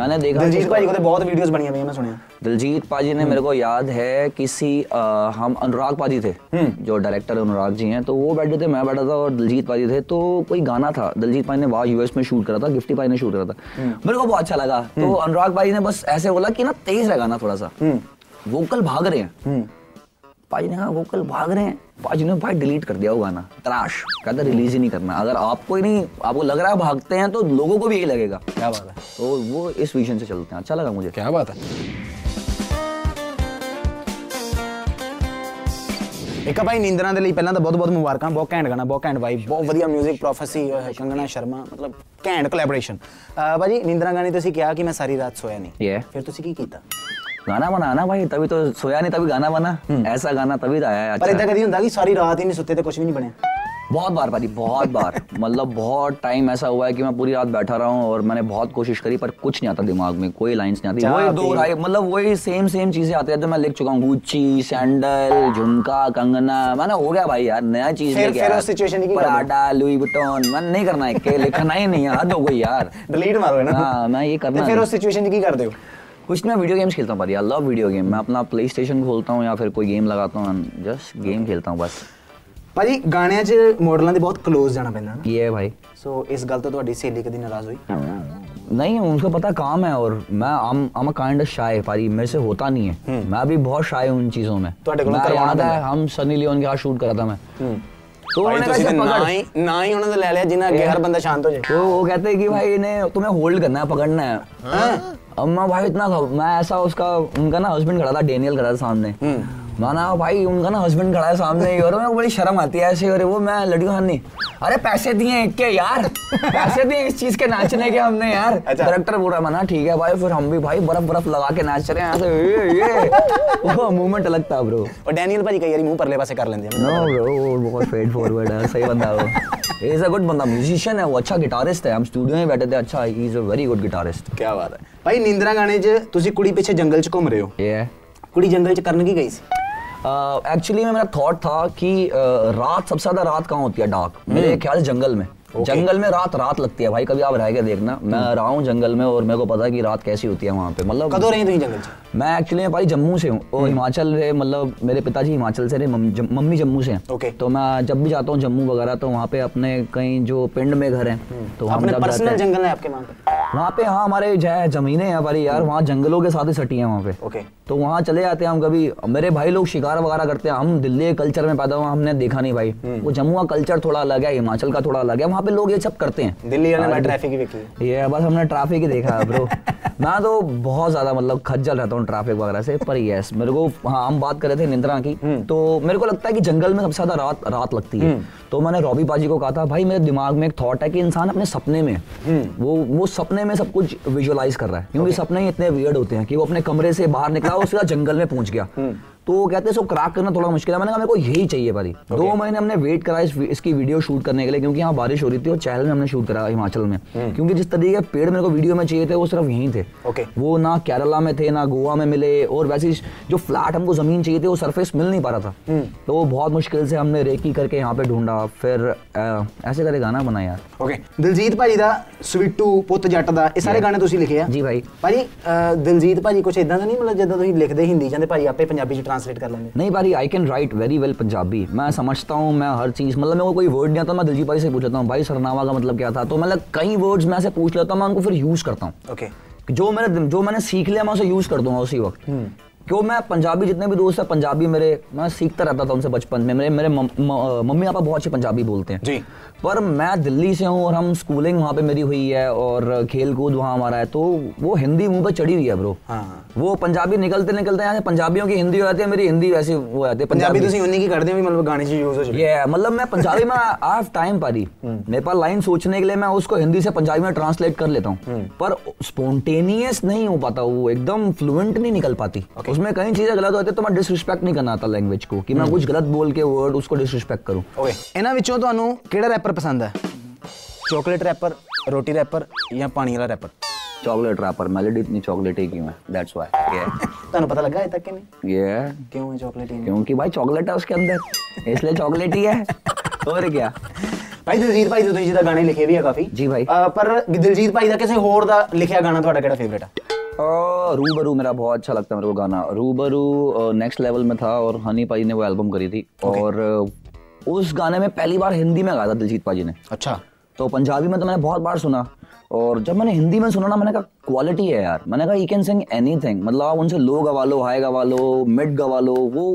S2: मैंने देखा
S1: ਦਿਲਜੀਤ ਭਾਈ ਕੋਲ ਤੇ ਬਹੁਤ ਵੀਡੀਓਜ਼ ਬਣੀਆਂ ਪਈਆਂ मैं ਸੁਣਿਆ
S2: दिलजीत पाजी ने मेरे को याद है किसी अ, हम अनुराग पाजी थे जो डायरेक्टर अनुराग जी हैं तो वो बैठे थे मैं बैठा था और दिलजीत पाजी थे तो कोई गाना था दिलजीत पाजी ने वहाँ यूएस में शूट करा था गिफ्टी पाजी ने शूट करा था मेरे को बहुत अच्छा लगा तो अनुराग पाजी ने बस ऐसे बोला कि ना तेज है गाना थोड़ा सा वोकल भाग रहे हैं पाजी ने कहा वोकल भाग रहे हैं पाजी ने भाई डिलीट कर दिया वो गाना त्राश कहता रिलीज ही नहीं करना अगर आपको ही नहीं आपको लग रहा है भागते हैं तो लोगों को भी यही लगेगा
S1: क्या बात है
S2: तो वो इस विजन से चलते हैं अच्छा लगा मुझे
S1: क्या बात है ਇੱਕ ਭਾਈ ਨਿੰਦਰਾਂ ਦੇ ਲਈ ਪਹਿਲਾਂ ਤਾਂ ਬਹੁਤ ਬਹੁਤ ਮੁਬਾਰਕਾਂ ਬਹੁਤ ਘੈਂਟ ਗਾਣਾ ਬਹੁਤ ਘੈਂਟ ਵਾਈਬ ਬਹੁਤ ਵਧੀਆ 뮤직 ਪ੍ਰੋਫੈਸੀ ਕੰਗਣਾ ਸ਼ਰਮਾ ਮਤਲਬ ਘੈਂਟ ਕੋਲੈਬੋਰੇਸ਼ਨ ਭਾਜੀ ਨਿੰਦਰਾਂ ਗਾਣੇ ਤੁਸੀਂ ਕਿਹਾ ਕਿ ਮੈਂ ਸਾਰੀ ਰਾਤ ਸੋਇਆ ਨਹੀਂ
S2: Yeah.
S1: ਫਿਰ ਤੁਸੀਂ ਕੀ ਕੀਤਾ
S2: गाना बनाना भाई तभी तो सोया नहीं तभी गाना बना
S1: हम्म।
S2: ऐसा गाना तभी तो आया है
S1: ਪਰ
S2: अच्छा
S1: ਇਦਾਂ ਕਦੀ ਹੁੰਦਾ ਕਿ ਸਾਰੀ ਰਾਤ ਹੀ ਨਹੀਂ ਸੁੱਤੇ ਤੇ ਕੁਝ ਵੀ ਨਹੀਂ ਬਣਿਆ
S2: बहुत बार भाई बहुत बार मतलब बहुत टाइम ऐसा हुआ है कि मैं पूरी रात बैठा रहा हूँ और मैंने बहुत कोशिश करी पर कुछ नहीं आता दिमाग में कोई लाइंस नहीं आती
S1: चाह
S2: वही दो
S1: भी-
S2: राय मतलब वही सेम सेम चीजें आती है तो मैं लिख चुका हूँ गुच्ची सैंडल झुमका कंगना मैंने हो गया भाई यार नया चीज
S1: फिर-
S2: लेके
S1: फिर
S2: आया।
S1: उस situation की क्या करूं?
S2: Prada, Louis Vuitton, मैंने नहीं करना है के लिखना ही नहीं है हद हो गई यार
S1: ਡਿਲੀਟ ਮਾਰੋ ਨਾ
S2: हाँ, मैं ये करना
S1: ਤੇ ਫਿਰ
S2: नहीं।
S1: ਉਸ ਸਿਚੁਏਸ਼ਨ 'ਚ ਕੀ ਕਰਦੇ ਹੋ
S2: कुछ नहीं मैं वीडियो गेम्स खेलता हूँ भाई आई लव वीडियो गेम मैं अपना प्ले स्टेशन खोलता हूँ या फिर कोई गेम लगाता हूँ जस्ट गेम खेलता हूँ बस
S1: ਭਾਜੀ ਗਾਣਿਆਂ 'ਚ ਮੋਡਲਾਂ ਦੇ ਬਹੁਤ ক্লোਜ਼ ਜਾਣਾ ਪੈਂਦਾ ਨਾ
S2: ये है भाई
S1: ਸੋ ਇਸ ਗੱਲ ਤੋਂ ਤੁਹਾਡੀ ਸਹੇਲੀ ਕਦੀ ਨਾਰਾਜ਼ ਹੋਈ
S2: नहीं उनको पता काम है और मैं um um kind of shy पारी मेरे से होता नहीं है मैं भी बहुत शाय हूं उन चीजों में
S1: हम्म। तो अटकना
S2: मैं
S1: करवाना
S2: याद है
S1: पड़ेगा।
S2: हम सनी लियोन के हाथ शूट करा था मैं तो उन्होंने कहा, "इसे पकड़।"
S1: ਹੀ ਨਾ ਹੀ ਉਹਨਾਂ ਦਾ ਲੈ ਲਿਆ ਜਿਨ੍ਹਾਂ ਅੱਗੇ ਹਰ ਬੰਦਾ ਸ਼ਾਂਤ ਹੋ ਜਾਏ
S2: तो वो कहते हैं कि भाई इन्हें तुम्हें होल्ड करना है पकड़ना है अब मैं भाई इतना घब- मैं ऐसा उसका उनका ना हस्बैंड खड़ा था डेनियल खड़ा था सामने माना भाई उनका ना हस्बैंड खड़ा है सामने ही और मेरे को बड़ी शर्म आती है ऐसे अरे वो मैं लड़की खान नहीं अरे पैसे दिए हैं के यार पैसे दिए हैं इस चीज के नाचने के हमने यार
S1: अच्छा।
S2: डायरेक्टर बोल रहा है, मना ठीक है भाई फिर हम भी भाई बर्फ बर्फ लगा के नाच रहे हैं ऐसे ये ये वो मूवमेंट लगता है ब्रो
S1: ਉਹ ਡੈਨੀਅਲ ਭਾਜੀ ਕਈ ਵਾਰੀ ਮੂੰਹ ਪਰਲੇ ਪਾਸੇ ਕਰ ਲੈਂਦੇ ਆ
S2: नो ब्रो वो बहुत फेड फॉरवर्ड है सही बंदा है वो इज अ गुड बंदा म्यूजिशियन है वो अच्छा गिटारिस्ट है हम स्टूडियो में बैठे थे अच्छा ही is a very good guitarist
S1: ਕੀ ਬਾਤ ਹੈ ਭਾਈ ਨਿੰਦਰਾ ਗਾਣੇ 'ਚ ਤੁਸੀਂ ਕੁੜੀ ਪਿੱਛੇ ਜੰਗਲ 'ਚ ਘੁੰਮ ਰਹੇ ਹੋ
S2: ये है
S1: ਕੁੜੀ ਜੰਗਲ 'ਚ ਕਰਨ ਕੀ ਗਈ ਸੀ
S2: एक्चुअली में मेरा थॉट था कि uh, रात सबसे ज्यादा रात कहाँ होती है डार्क मेरे ख्याल से जंगल में जंगल में रात रात लगती है भाई कभी आप रह के देखना मैं रहा हूँ जंगल में और मेरे को पता है कि रात कैसी होती है वहाँ पे मतलब
S1: ਕਦੋਂ ਰਹੀ ਤੁਸੀਂ ਜੰਗਲ 'ਚ
S2: मैं एक्चुअली भाई जम्मू से हूँ
S1: हम्म।
S2: और हिमाचल से मतलब मेरे पिताजी हिमाचल से रहे मम- जम- मम्मी जम्मू से हैं
S1: Okay.
S2: तो मैं जब भी जाता हूँ जम्मू वगैरह तो वहाँ पे अपने कहीं जो पिंड में घर हैं तो वहाँ
S1: हम्म।
S2: पे
S1: अपने
S2: जब जाते
S1: पर्सनल
S2: हैं
S1: जंगल है आपके वहाँ पे
S2: वहाँ पे हाँ हमारे जय जमीने हैं हमारी यार वहाँ जंगलों के साथ ही सटी है वहाँ पे
S1: ओके
S2: तो वहाँ चले जाते हैं हम कभी मेरे भाई लोग शिकार वगैरह करते हैं हम दिल्ली के कल्चर में पैदा हुआ हमने देखा नहीं भाई
S1: हम्म।
S2: वो जम्मू का कल्चर थोड़ा अलग है हिमाचल का थोड़ा अलग है वहाँ पे लोग ये सब करते हैं
S1: दिल्ली वाले में ट्रैफिक ही देखी है
S2: ये बस हमने ट्रैफिक ही देखा है ब्रो मैं तो बहुत ज्यादा मतलब खज्जल रहता हूँ ट्रैफिक वगैरह से पर यस मेरे को हाँ हम बात कर रहे थे निंद्रा की तो मेरे को लगता है कि जंगल में सबसे ज्यादा रात रात लगती है तो मैंने रॉबी पाजी को कहा था भाई मेरे दिमाग में एक थॉट है कि इंसान अपने सपने में वो वो सपने में सब कुछ विजुअलाइज कर रहा है क्योंकि सपने ही इतने वियर्ड होते हैं कि वो अपने कमरे से बाहर निकला और सीधा जंगल में पहुंच गया तो वो कहते हैं इसको क्रैक करना थोड़ा मुश्किल है मैंने कहा मेरे को यही चाहिए भाई दो महीने हमने वेट करा इस, इसकी वीडियो शूट करने के लिए क्योंकि यहाँ बारिश हो रही थी और चहल में हमने शूट करा हिमाचल में क्योंकि जिस तरीके के पेड़ मेरे को वीडियो में चाहिए थे वो सिर्फ यहीं थे
S1: Okay.
S2: वो ना केरला में थे ना गोवा में मिले और वैसे ही जो फ्लैट हमको जमीन चाहिए थी वो सरफेस मिल नहीं पा रहा था तो वो बहुत मुश्किल से हमने रेकी करके यहाँ पे ढूंढा फिर अ, ऐसे करके गाना बनाया यार
S1: ਓਕੇ ਦਿਲਜੀਤ ਭਾਜੀ ਦਾ ਸਵੀਟੂ ਪੁੱਤ ਜੱਟ ਦਾ ਇਹ ਸਾਰੇ ਗਾਣੇ ਤੁਸੀਂ ਲਿਖੇ ਆ
S2: जी भाई
S1: ਭਾਜੀ ਅਹ, ਦਿਲਜੀਤ ਭਾਜੀ ਕੁਝ ਇਦਾਂ ਦਾ ਨਹੀਂ ਮਤਲਬ ਜਿੱਦਾਂ ਤੁਸੀਂ ਲਿਖਦੇ ਹਿੰਦੀ ਜਾਂਦੇ ਭਾਜੀ ਆਪੇ ਪੰਜਾਬੀ 'ਚ ट्रांसलेट कर लेंगे
S2: नहीं भाई I can write very well Punjabi मैं समझता हूँ मैं हर चीज़ मतलब मेरे को कोई वर्ड नहीं आता मैं दिलजीत भाई से पूछ लेता हूँ भाई सरनामा का मतलब क्या था तो मतलब कई वर्ड्स मैं से पूछ लेता हूँ मैं उनको फिर यूज़ करता हूँ
S1: ओके
S2: कि जो मैंने जो मैंने सीख लिया मैं उसे यूज़ कर दूंगा उसी वक्त
S1: हम्म।
S2: क्यों मैं पंजाबी जितने भी दोस्त हैं पंजाबी मेरे मैं सीखता रहता था उनसे बचपन में मेरे मेरे मम- म- मम्मी पापा बहुत अच्छे पंजाबी बोलते हैं
S1: जी।
S2: पर मैं दिल्ली से हूँ और हम स्कूलिंग वहाँ पे मेरी हुई है और खेल कूद वहाँ हमारा है तो वो हिंदी मुंह पे चढ़ी हुई है ब्रो
S1: हाँ।
S2: वो पंजाबी निकलते निकलते यहाँ से पंजाबियों की हिंदी हो जाती है मेरी हिंदी वैसी हो जाती है
S1: ਪੰਜਾਬੀ
S2: पंजाबी
S1: ਤੁਸੀਂ ਉਨੀ ਕੀ ਕਰਦੇ ਹੋ ਵੀ ਮਤਲਬ ਗਾਣੇ 'ਚ ਯੂਜ਼ ਹੋ ਜਾਵੇ
S2: ये है, मतलब मैं पंजाबी में आई हैव टाइम पारी मेरे पास लाइन सोचने के लिए मैं उसको हिंदी से पंजाबी में ट्रांसलेट कर लेता हूँ पर स्पॉन्टेनियस नहीं हो पाता वो एकदम फ्लुएंट नहीं निकल पाती उसमें कई चीजें गलत होती है तो मैं डिसरिस्पेक्ट नहीं करना आता लैंग्वेज को कि मैं कुछ गलत बोल के वर्ड उसको डिसरिस्पेक्ट करूँ
S1: ਓਏ ਇਹਨਾਂ ਵਿੱਚੋਂ ਤੁਹਾਨੂੰ ਕਿਹੜਾ ਰੈਪਰ ਪਸੰਦ ਹੈ ਚਾਕਲੇਟ ਰੈਪਰ ਰੋਟੀ ਰੈਪਰ ਜਾਂ ਪਾਣੀ ਵਾਲਾ ਰੈਪਰ
S2: चॉकलेट रैपर मेलोडी इतनी चॉकलेटी क्यों है दैट्स व्हाई
S1: ਤੁਹਾਨੂੰ ਪਤਾ ਲੱਗਾ ਇਹ ਤੱਕ ਕਿ ਨਹੀਂ
S2: ये है
S1: ਕਿਉਂ ਹੈ ਚਾਕਲੇਟ ਹੀ
S2: क्योंकि भाई चॉकलेट है उसके अंदर इसलिए चॉकलेट ही है और क्या
S1: ਭਾਈ ਦਿਲਜੀਤ ਭਾਈ ਦੇ ਤੁਸੀਂ ਜਿਹਦਾ ਗਾਣੇ ਲਿਖੇ ਵੀ ਆ ਕਾਫੀ
S2: ਜੀ ਭਾਈ।
S1: ਅਹ ਪਰ ਦਿਲਜੀਤ ਭਾਈ ਦਾ ਕਿਸੇ ਹੋਰ ਦਾ ਲਿਖਿਆ ਗਾਣਾ ਤੁਹਾਡਾ ਕਿਹੜਾ ਫੇਵਰੇਟ ਆ
S2: और रूबरू मेरा बहुत अच्छा लगता है मेरे को गाना रूबरू नेक्स्ट लेवल में था और हनी पाजी ने वो एल्बम करी थी और अ, उस गाने में पहली बार हिंदी में गाया था दिलजीत पाजी ने
S1: ਅੱਛਾ
S2: तो पंजाबी में तो मैंने बहुत बार सुना और जब मैंने हिंदी में सुना ना मैंने कहा क्वालिटी है यार मैंने कहा you can sing anything मतलब आप उनसे लो गवा लो हाई गवा लो मिड गवा लो वो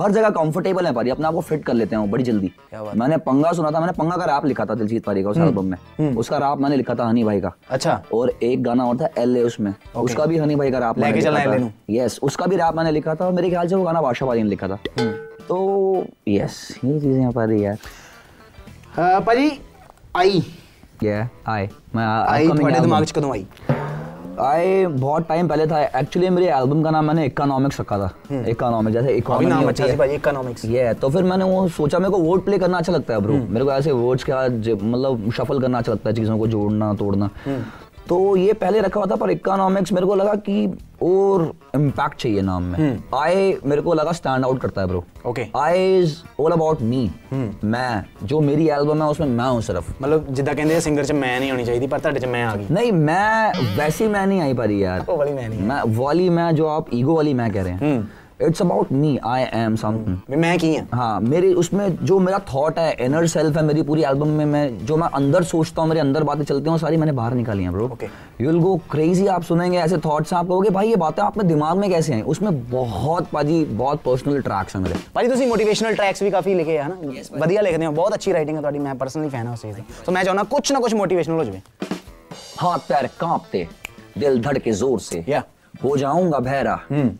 S2: हर जगह कंफर्टेबल है पारी अपने आप को फिट कर लेते हैं वो बड़ी जल्दी
S1: क्या बात हम्म।
S2: मैंने पंगा सुना था मैंने पंगा का रैप लिखा था दिलजीत पारी का उस एल्बम में उसका रैप मैंने लिखा था हनी भाई का
S1: ਅੱਛਾ
S2: और एक गाना और था एल उसमें उसका भी हनी भाई का रैप
S1: लेके चलना है LA
S2: यस उसका भी रैप मैंने लिखा था और मेरे ख्याल से वो गाना बादशाह वाली ने लिखा था
S1: हम्म।
S2: तो यस ये चीजें यहाँ पर यार
S1: ਅਹ ਭਾਜੀ ਆਈ
S2: ये आए मैं
S1: ਆਈ ਤੁਹਾਡੇ ਦਿਮਾਗ 'ਚ ਕਦੋਂ ਆਈ
S2: आए बहुत टाइम पहले था एक्चुअली मेरे एल्बम का नाम मैंने इकोनॉमिक्स रखा
S1: हम्म।
S2: था इकोनॉमिक जैसे
S1: ਕੋਈ
S2: इकोनॉमी
S1: ਨਾਮ ਅੱਛਾ ਸੀ ਭਾਜੀ ਇਕਨੋਮਿਕਸ
S2: ये है, तो फिर मैंने वो सोचा मेरे को वर्ड प्ले करना अच्छा लगता है ब्रो मेरे को ऐसे वर्ड्स का ज- मतलब शफल करना अच्छा लगता है चीज़ों को जोड़ना तोड़ना तो ये पहले रखा हुआ था पर इकोनॉमिक्स मेरे को लगा कि और इम्पैक्ट चाहिए नाम में आए मेरे को लगा स्टैंड आउट करता है bro
S1: okay
S2: I is all about me मैं जो मेरी एल्बम है उसमें मैं हूँ सिर्फ
S1: ਮਤਲਬ ਜਿੱਦਾਂ ਕਹਿੰਦੇ ਆ ਸਿੰਗਰ 'ਚ ਮੈਂ ਨਹੀਂ ਹੋਣੀ ਚਾਹੀਦੀ ਪਰ ਤੁਹਾਡੇ 'ਚ मैं ਆ ਗਈ
S2: नहीं मैं वैसी मैं नहीं आई पा रही यार
S1: ਉਹ ਵਾਲੀ ਮੈਂ ਨਹੀਂ
S2: मैं वाली मैं जो आप ईगो वाली मैं कह रहे हैं it's about me I am something
S1: ਵੀ ਮੈਂ ਕੀ ਆ
S2: हाँ मेरे उसमें जो मेरा थॉट है इनर सेल्फ है मेरी पूरी एल्बम में मैं जो मैं अंदर सोचता हूँ मेरे अंदर बातें चलती हैं वो सारी मैंने बाहर निकाली हैं bro
S1: Okay.
S2: You will go crazy आप सुनेंगे ऐसे थॉट्स आप कहोगे भाई ये बातें आपके दिमाग में कैसे हैं उसमें बहुत पाजी बहुत पर्सनल ट्रैक्स हैं मेरे
S1: ਭਾਜੀ ਤੁਸੀਂ ਮੋਟੀਵੇਸ਼ਨਲ ਟਰੈਕਸ ਵੀ ਕਾਫੀ ਲਿਖੇ ਆ ਨਾ ਵਧੀਆ ਲਿਖਦੇ ਹੋ ਬਹੁਤ ਅੱਛੀ ਰਾਈਟਿੰਗ ਹੈ ਤੁਹਾਡੀ ਮੈਂ ਪਰਸਨਲੀ ਫੈਨ ਹਾਂ ਉਸ ਚੀਜ਼ ਦੀ ਸੋ ਮੈਂ ਚਾਹੁੰਦਾ ਕੁਝ ਨਾ ਕੁਝ ਮੋਟੀਵੇਸ਼ਨਲ ਹੋ ਜਾਵੇ
S2: हाथ पैर कांपते दिल धड़के जोर से
S1: Yeah. हम्म।
S2: हो जाऊंगा बहरा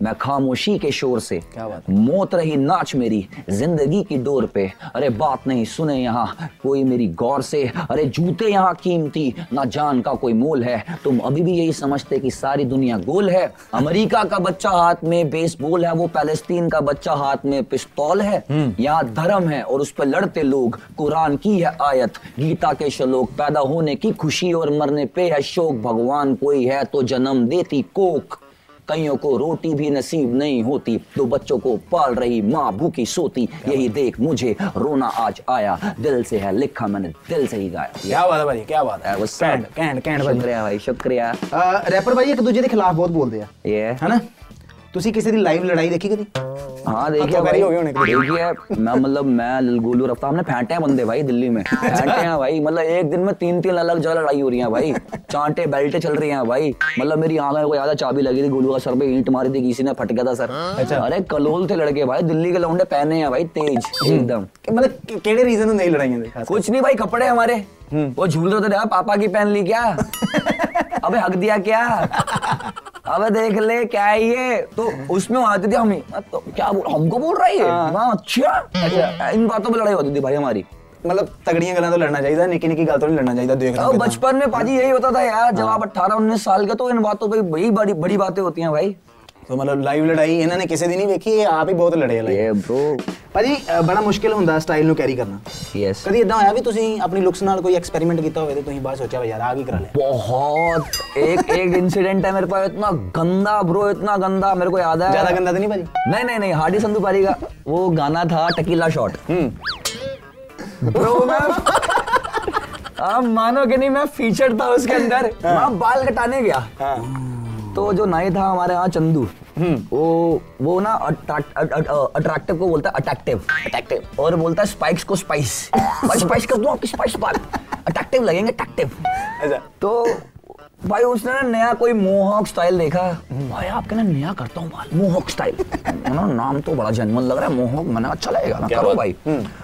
S2: मैं खामोशी के शोर से
S1: क्या बात
S2: मौत रही नाच मेरी जिंदगी की डोर पे अरे बात नहीं सुने यहाँ कोई मेरी गौर से अरे जूते यहाँ कीमती ना जान का कोई मोल है तुम अभी भी यही समझते कि सारी दुनिया गोल है अमेरिका का बच्चा हाथ में बेसबॉल है वो पैलेस्टीन का बच्चा हाथ में पिस्तौल है
S1: हम्म।
S2: यहाँ धर्म है और उस पर लड़ते लोग कुरान की है आयत गीता के श्लोक पैदा होने की खुशी और मरने पे है शोक भगवान कोई है तो जन्म देती कोक कईयों को रोटी भी नसीब नहीं होती दो बच्चों को पाल रही माँ भूखी सोती यही देख मुझे रोना आज आया दिल से है लिखा मैंने दिल से ही गाया
S1: ਕੀ ਬਾਤ ਹੈ ਭਾਜੀ ਕੀ बात है
S2: That was
S1: ਕੈਂਡ
S2: sad.
S1: ਕੈਂਡ ਕੈਂਡ ਭਾਜੀ
S2: शुक्रिया भाई शुक्रिया
S1: ਰੈਪਰ ਭਾਜੀ ਇੱਕ ਦੂਜੇ ਦੇ ਖਿਲਾਫ ਬਹੁਤ ਬੋਲਦੇ ਆ
S2: ये
S1: ਹੈਨਾ ਤੁਸੀਂ ਕਿਸੇ ਦੀ ਲਾਈਵ ਲੜਾਈ ਦੇਖੀ ਕਦੀ
S2: हाँ देखिए
S1: तो
S2: भाई
S1: करी होगी उन्हें कभी।
S2: देखिए मैं मतलब मैं ललगोलू रफ्तार हमने फेंटे हैं बंदे भाई दिल्ली में
S1: अच्छा।
S2: फेंटे हैं भाई मतलब एक दिन में तीन तीन अलग जगह लड़ाई हो रही है भाई चांटे बेल्टे चल रही हैं भाई मतलब मेरी आंख में को याद है चाबी लगी थी गोलू का सर पे ईंट मारी थी किसी ने फट गया था सर
S1: अच्छा।
S2: अरे कलोल थे लड़के भाई दिल्ली के लौंडे पहने हैं भाई तेज एकदम
S1: ਕਿ ਮਤਲਬ ਕਿ- ਕਿਹੜੇ ਰੀਜ਼ਨ ਹੁੰਦੇ ਇਹ ਲੜਾਈਆਂ ਦੇ ਖਾਸ
S2: कुछ नहीं भाई कपड़े हमारे वो झूल रहे थे देखा, पापा की पहन ली क्या अबे हक दिया क्या अबे देख ले क्या है ये तो उसमें आती थी हम तो क्या बोल हमको बोल रही है हाँ, अच्छा इन बातों पे लड़ाई होती थी भाई हमारी
S1: ਮਤਲਬ ਤਗੜੀਆਂ ਗੱਲਾਂ ਤੋਂ ਲੜਨਾ ਚਾਹੀਦਾ ਨਿੱਕੀ ਨਿੱਕੀ ਗੱਲ ਤੋਂ ਨਹੀਂ ਲੜਨਾ ਚਾਹੀਦਾ ਦੇਖ
S2: और
S1: ਲਓ
S2: बचपन में पाजी यही होता था यार जब आप अट्ठारह उन्नीस साल के तो इन बातों पे बड़ी बड़ी बड़ी बातें होती हैं भाई
S1: ਸੋ ਮਤਲਬ ਲਾਈਵ ਲੜਾਈ ਇਹਨਾਂ ਨੇ ਕਿਸੇ ਦੀ ਨਹੀਂ ਵੇਖੀ ਇਹ ਆਪ ਹੀ ਬਹੁਤ ਲੜੇ ਆ ਲਾਈਵ
S2: ये ब्रो
S1: ਭਾਜੀ ਅ, ਬੜਾ ਮੁਸ਼ਕਿਲ ਹੁੰਦਾ ਸਟਾਈਲ ਨੂੰ ਕੈਰੀ ਕਰਨਾ
S2: यस
S1: ਕਦੀ ਇਦਾਂ ਹੋਇਆ ਵੀ ਤੁਸੀਂ ਆਪਣੀ ਲੁਕਸ ਨਾਲ ਕੋਈ ਐਕਸਪੈਰੀਮੈਂਟ ਕੀਤਾ ਹੋਵੇ ਤੇ ਤੁਸੀਂ ਬਾਅਦ ਸੋਚਿਆ ਵੀ ਯਾਰ ਆ ਕੀ ਕਰਾ ਲਿਆ
S2: बहुत एक एक इंसिडेंट है मेरे पास इतना गंदा ब्रो इतना गंदा मेरे को याद है
S1: ਜ਼ਿਆਦਾ ਗੰਦਾ ਤਾਂ ਨਹੀਂ ਭਾਜੀ
S2: नहीं नहीं नहीं हार्डी संधू पारी का वो गाना था टकीला शॉट ब्रो मैं आप मानोगे नहीं मैं फीचर था उसके अंदर मैं बाल कटाने गया तो जो नए था हमारे यहाँ चंदू वो वो ना अट्रैक्टिव को बोलता है अट्रैक्टिव अट्रैक्टिव और बोलता है स्पाइक्स को स्पाइस स्पाइस कर दूं आपकी स्पाइस बात अट्रैक्टिव लगेंगे अट्रैक्टिव
S1: अच्छा
S2: तो भाई उसने ना नया कोई मोहॉक स्टाइल देखा भाई आपके ना नया करता हूँ बाल मोहॉक स्टाइल ना नाम तो बड़ा जनमन लग रहा है मोहॉक मना अच्छा लगेगा ना
S1: क्या
S2: करो
S1: बात? हम्म।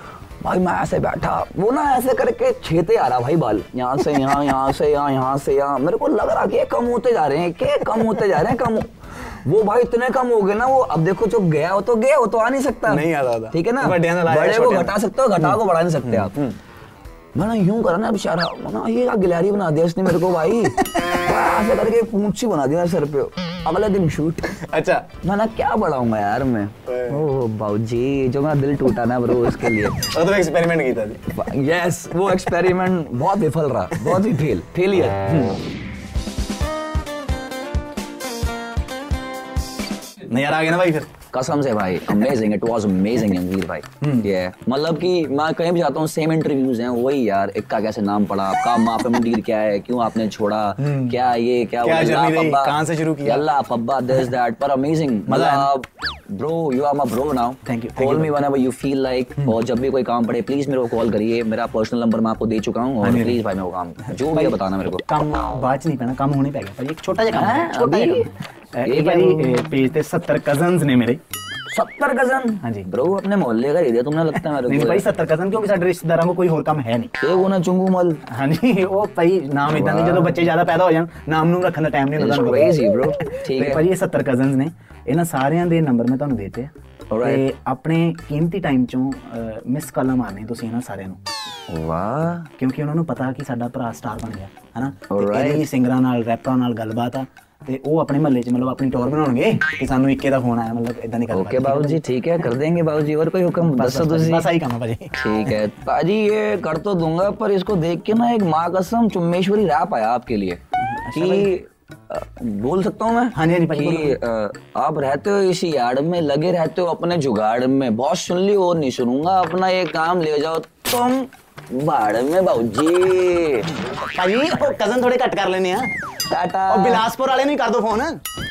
S2: भाई भाई मैं ऐसे बैठा वो ना ऐसे करके छेते आ रहा भाई बाल यहाँ से यहाँ यहाँ से यहाँ यहाँ से यहाँ मेरे को लग रहा कि ये कम होते जा रहे हैं के कम होते जा रहे हैं कम हो- वो भाई इतने कम हो गए ना वो अब देखो जो गया हो तो गया हो तो आ नहीं सकता
S1: नहीं आता था।
S2: ठीक है ना
S1: बट ध्यान लगाया,
S2: बड़े को
S1: छोटे हम्म। ने।
S2: घटा सकते हो घटा को बढ़ा नहीं सकते आप मैंने यूं करा ना बेचारा मैंने ये क्या गिलहरी बना दिया इसने मेरे को भाई ऐसे करके पूंछी बना दी मेरे सर पे अगले दिन शूट
S1: अच्छा
S2: मैंने क्या बढ़ाऊंगा यार मैं ओह बाबूजी जो मेरा दिल टूटा ना ब्रो उसके लिए
S1: और तो एक्सपेरिमेंट किया था
S2: यस वो एक्सपेरिमेंट बहुत विफल रहा बहुत ही हम्म। फेल फेलियर
S1: नहीं यार आ गया ना भाई फिर
S2: कसम से भाई amazing it was amazing Youngveer
S1: Hmm.
S2: भाई ये मतलब कि मैं कहीं भी जाता हूँ सेम इंटरव्यूज हैं वही यार इक्का कैसे नाम पड़ा आपका माँ पे मुंडीर क्या है क्यों आपने छोड़ा क्या ये क्या
S1: Hmm. क्या
S2: वो,
S1: journey
S2: अल्लाह
S1: रही?
S2: पब्बा,
S1: कहाँ से शुरू किया?
S2: अल्लाह पब्बा दिस दैट पर अमेजिंग
S1: मजा आया ना?
S2: मतलब bro you are my bro now
S1: Thank you, thank
S2: call
S1: you, Hmm.
S2: Me whenever you feel like और जब भी कोई काम पड़े प्लीज मेरे को कॉल करिए मेरा पर्सनल नंबर मैं आपको दे चुका हूँ और
S1: मेरे-
S2: प्लीज भाई मेरे को काम जो भी है बताना मेरे को
S1: काम बाज नहीं पैना काम होने पे गया पर एक छोटा सा काम
S2: हाँ,
S1: है, छोटा सा
S2: अभी-
S1: काम है।
S2: ये
S1: एक
S2: क्या
S1: भाई पेज थे सत्तर कजन्स ने मेरे
S2: सत्तर गजन
S1: हाँ जी।
S2: ब्रो अपने मोहल्ले का दे दिया तुमने लगता है मेरे
S1: नहीं
S2: को
S1: भाई सत्तर कजन क्योंकि साढ़े रिश्तेदारों को कोई और काम है नहीं
S2: ये वो ना चुंगू मल
S1: हाँ जी वो भाई नाम इतना नहीं ਜਦੋਂ ਬੱਚੇ ਜ਼ਿਆਦਾ ਪੈਦਾ ਹੋ ਜਾਣ ਨਾਮ ਨੂੰ ਰੱਖਣ ਦਾ ਟਾਈਮ ਨਹੀਂ ਹੁੰਦਾ
S2: It's
S1: ਉਹਨਾਂ
S2: crazy, bro. ਠੀਕ ਹੈ।
S1: ਭਾਈ ਇਹ 70 ਕਜ਼ਨਸ ਨੇ ਇਹਨਾਂ ਸਾਰਿਆਂ ਦੇ ਨੰਬਰ ਮੈਂ ਤੁਹਾਨੂੰ ਦੇਤੇ ਆ
S2: Alright.
S1: ਤੇ ਆਪਣੇ ਕੀਮਤੀ ਟਾਈਮ ਚੋਂ ਮਿਸ ਕਾਲਾਂ ਮਾਰਨੀ ਤੁਸੀਂ ਇਹਨਾਂ ਸਾਰਿਆਂ ਨੂੰ
S2: वाह
S1: ਕਿਉਂਕਿ ਉਹਨਾਂ ਨੂੰ ਪਤਾ ਕਿ ਸਾਡਾ ਭਰਾ ਸਟਾਰ ਬਣ ਗਿਆ ਹਨਾ
S2: Alright.
S1: ਤੇ ਇਹਦੀ ਸਿੰਗਰਾਂ ਨਾਲ ਰੈਪਰਾਂ ਨਾਲ ਗੱਲਬਾਤ ਆ ਤੇ ਉਹ ਆਪਣੇ ਮਹੱਲੇ 'ਚ ਮਤਲਬ ਆਪਣੀ ਟੌਰ ਬਣਾਉਣਗੇ ਕਿ ਸਾਨੂੰ ਇੱਕੇ ਦਾ ਫੋਨ ਆਇਆ ਮਤਲਬ ਇਦਾਂ ਦੀ ਗੱਲ
S2: ओके बाबू जी ठीक है कर देंगे बाबू जी और कोई हुक्म बस दूसरी
S1: ਬਸ ਆਹੀ ਕੰਮ ਆ ਭਾਜੀ
S2: ठीक है पाजी ये कर तो दूंगा पर इसको देख के ना एक माँ कसम चुम्बेश्वरी रैप आया आपके लिए कि अ, बोल सकता हूँ मैं
S1: हाँ जी, हाँ जी, भाई,
S2: कि अ, आप रहते हो इसी यार्ड में लगे रहते हो अपने जुगाड़ में बहुत सुन ली और नहीं सुनूंगा अपना ये काम ले जाओ तुम बाड़ में बाबू जी
S1: ਭਾਜੀ ਉਹ ਕਜ਼ਨ ਥੋੜੇ ਘੱਟ ਕਰ ਲੈਨੇ ਆ
S2: टाटा
S1: ਉਹ ਬਿਲਾਸਪੁਰ ਵਾਲੇ ਨੂੰ ਹੀ ਕਰ ਦੋ ਫੋਨ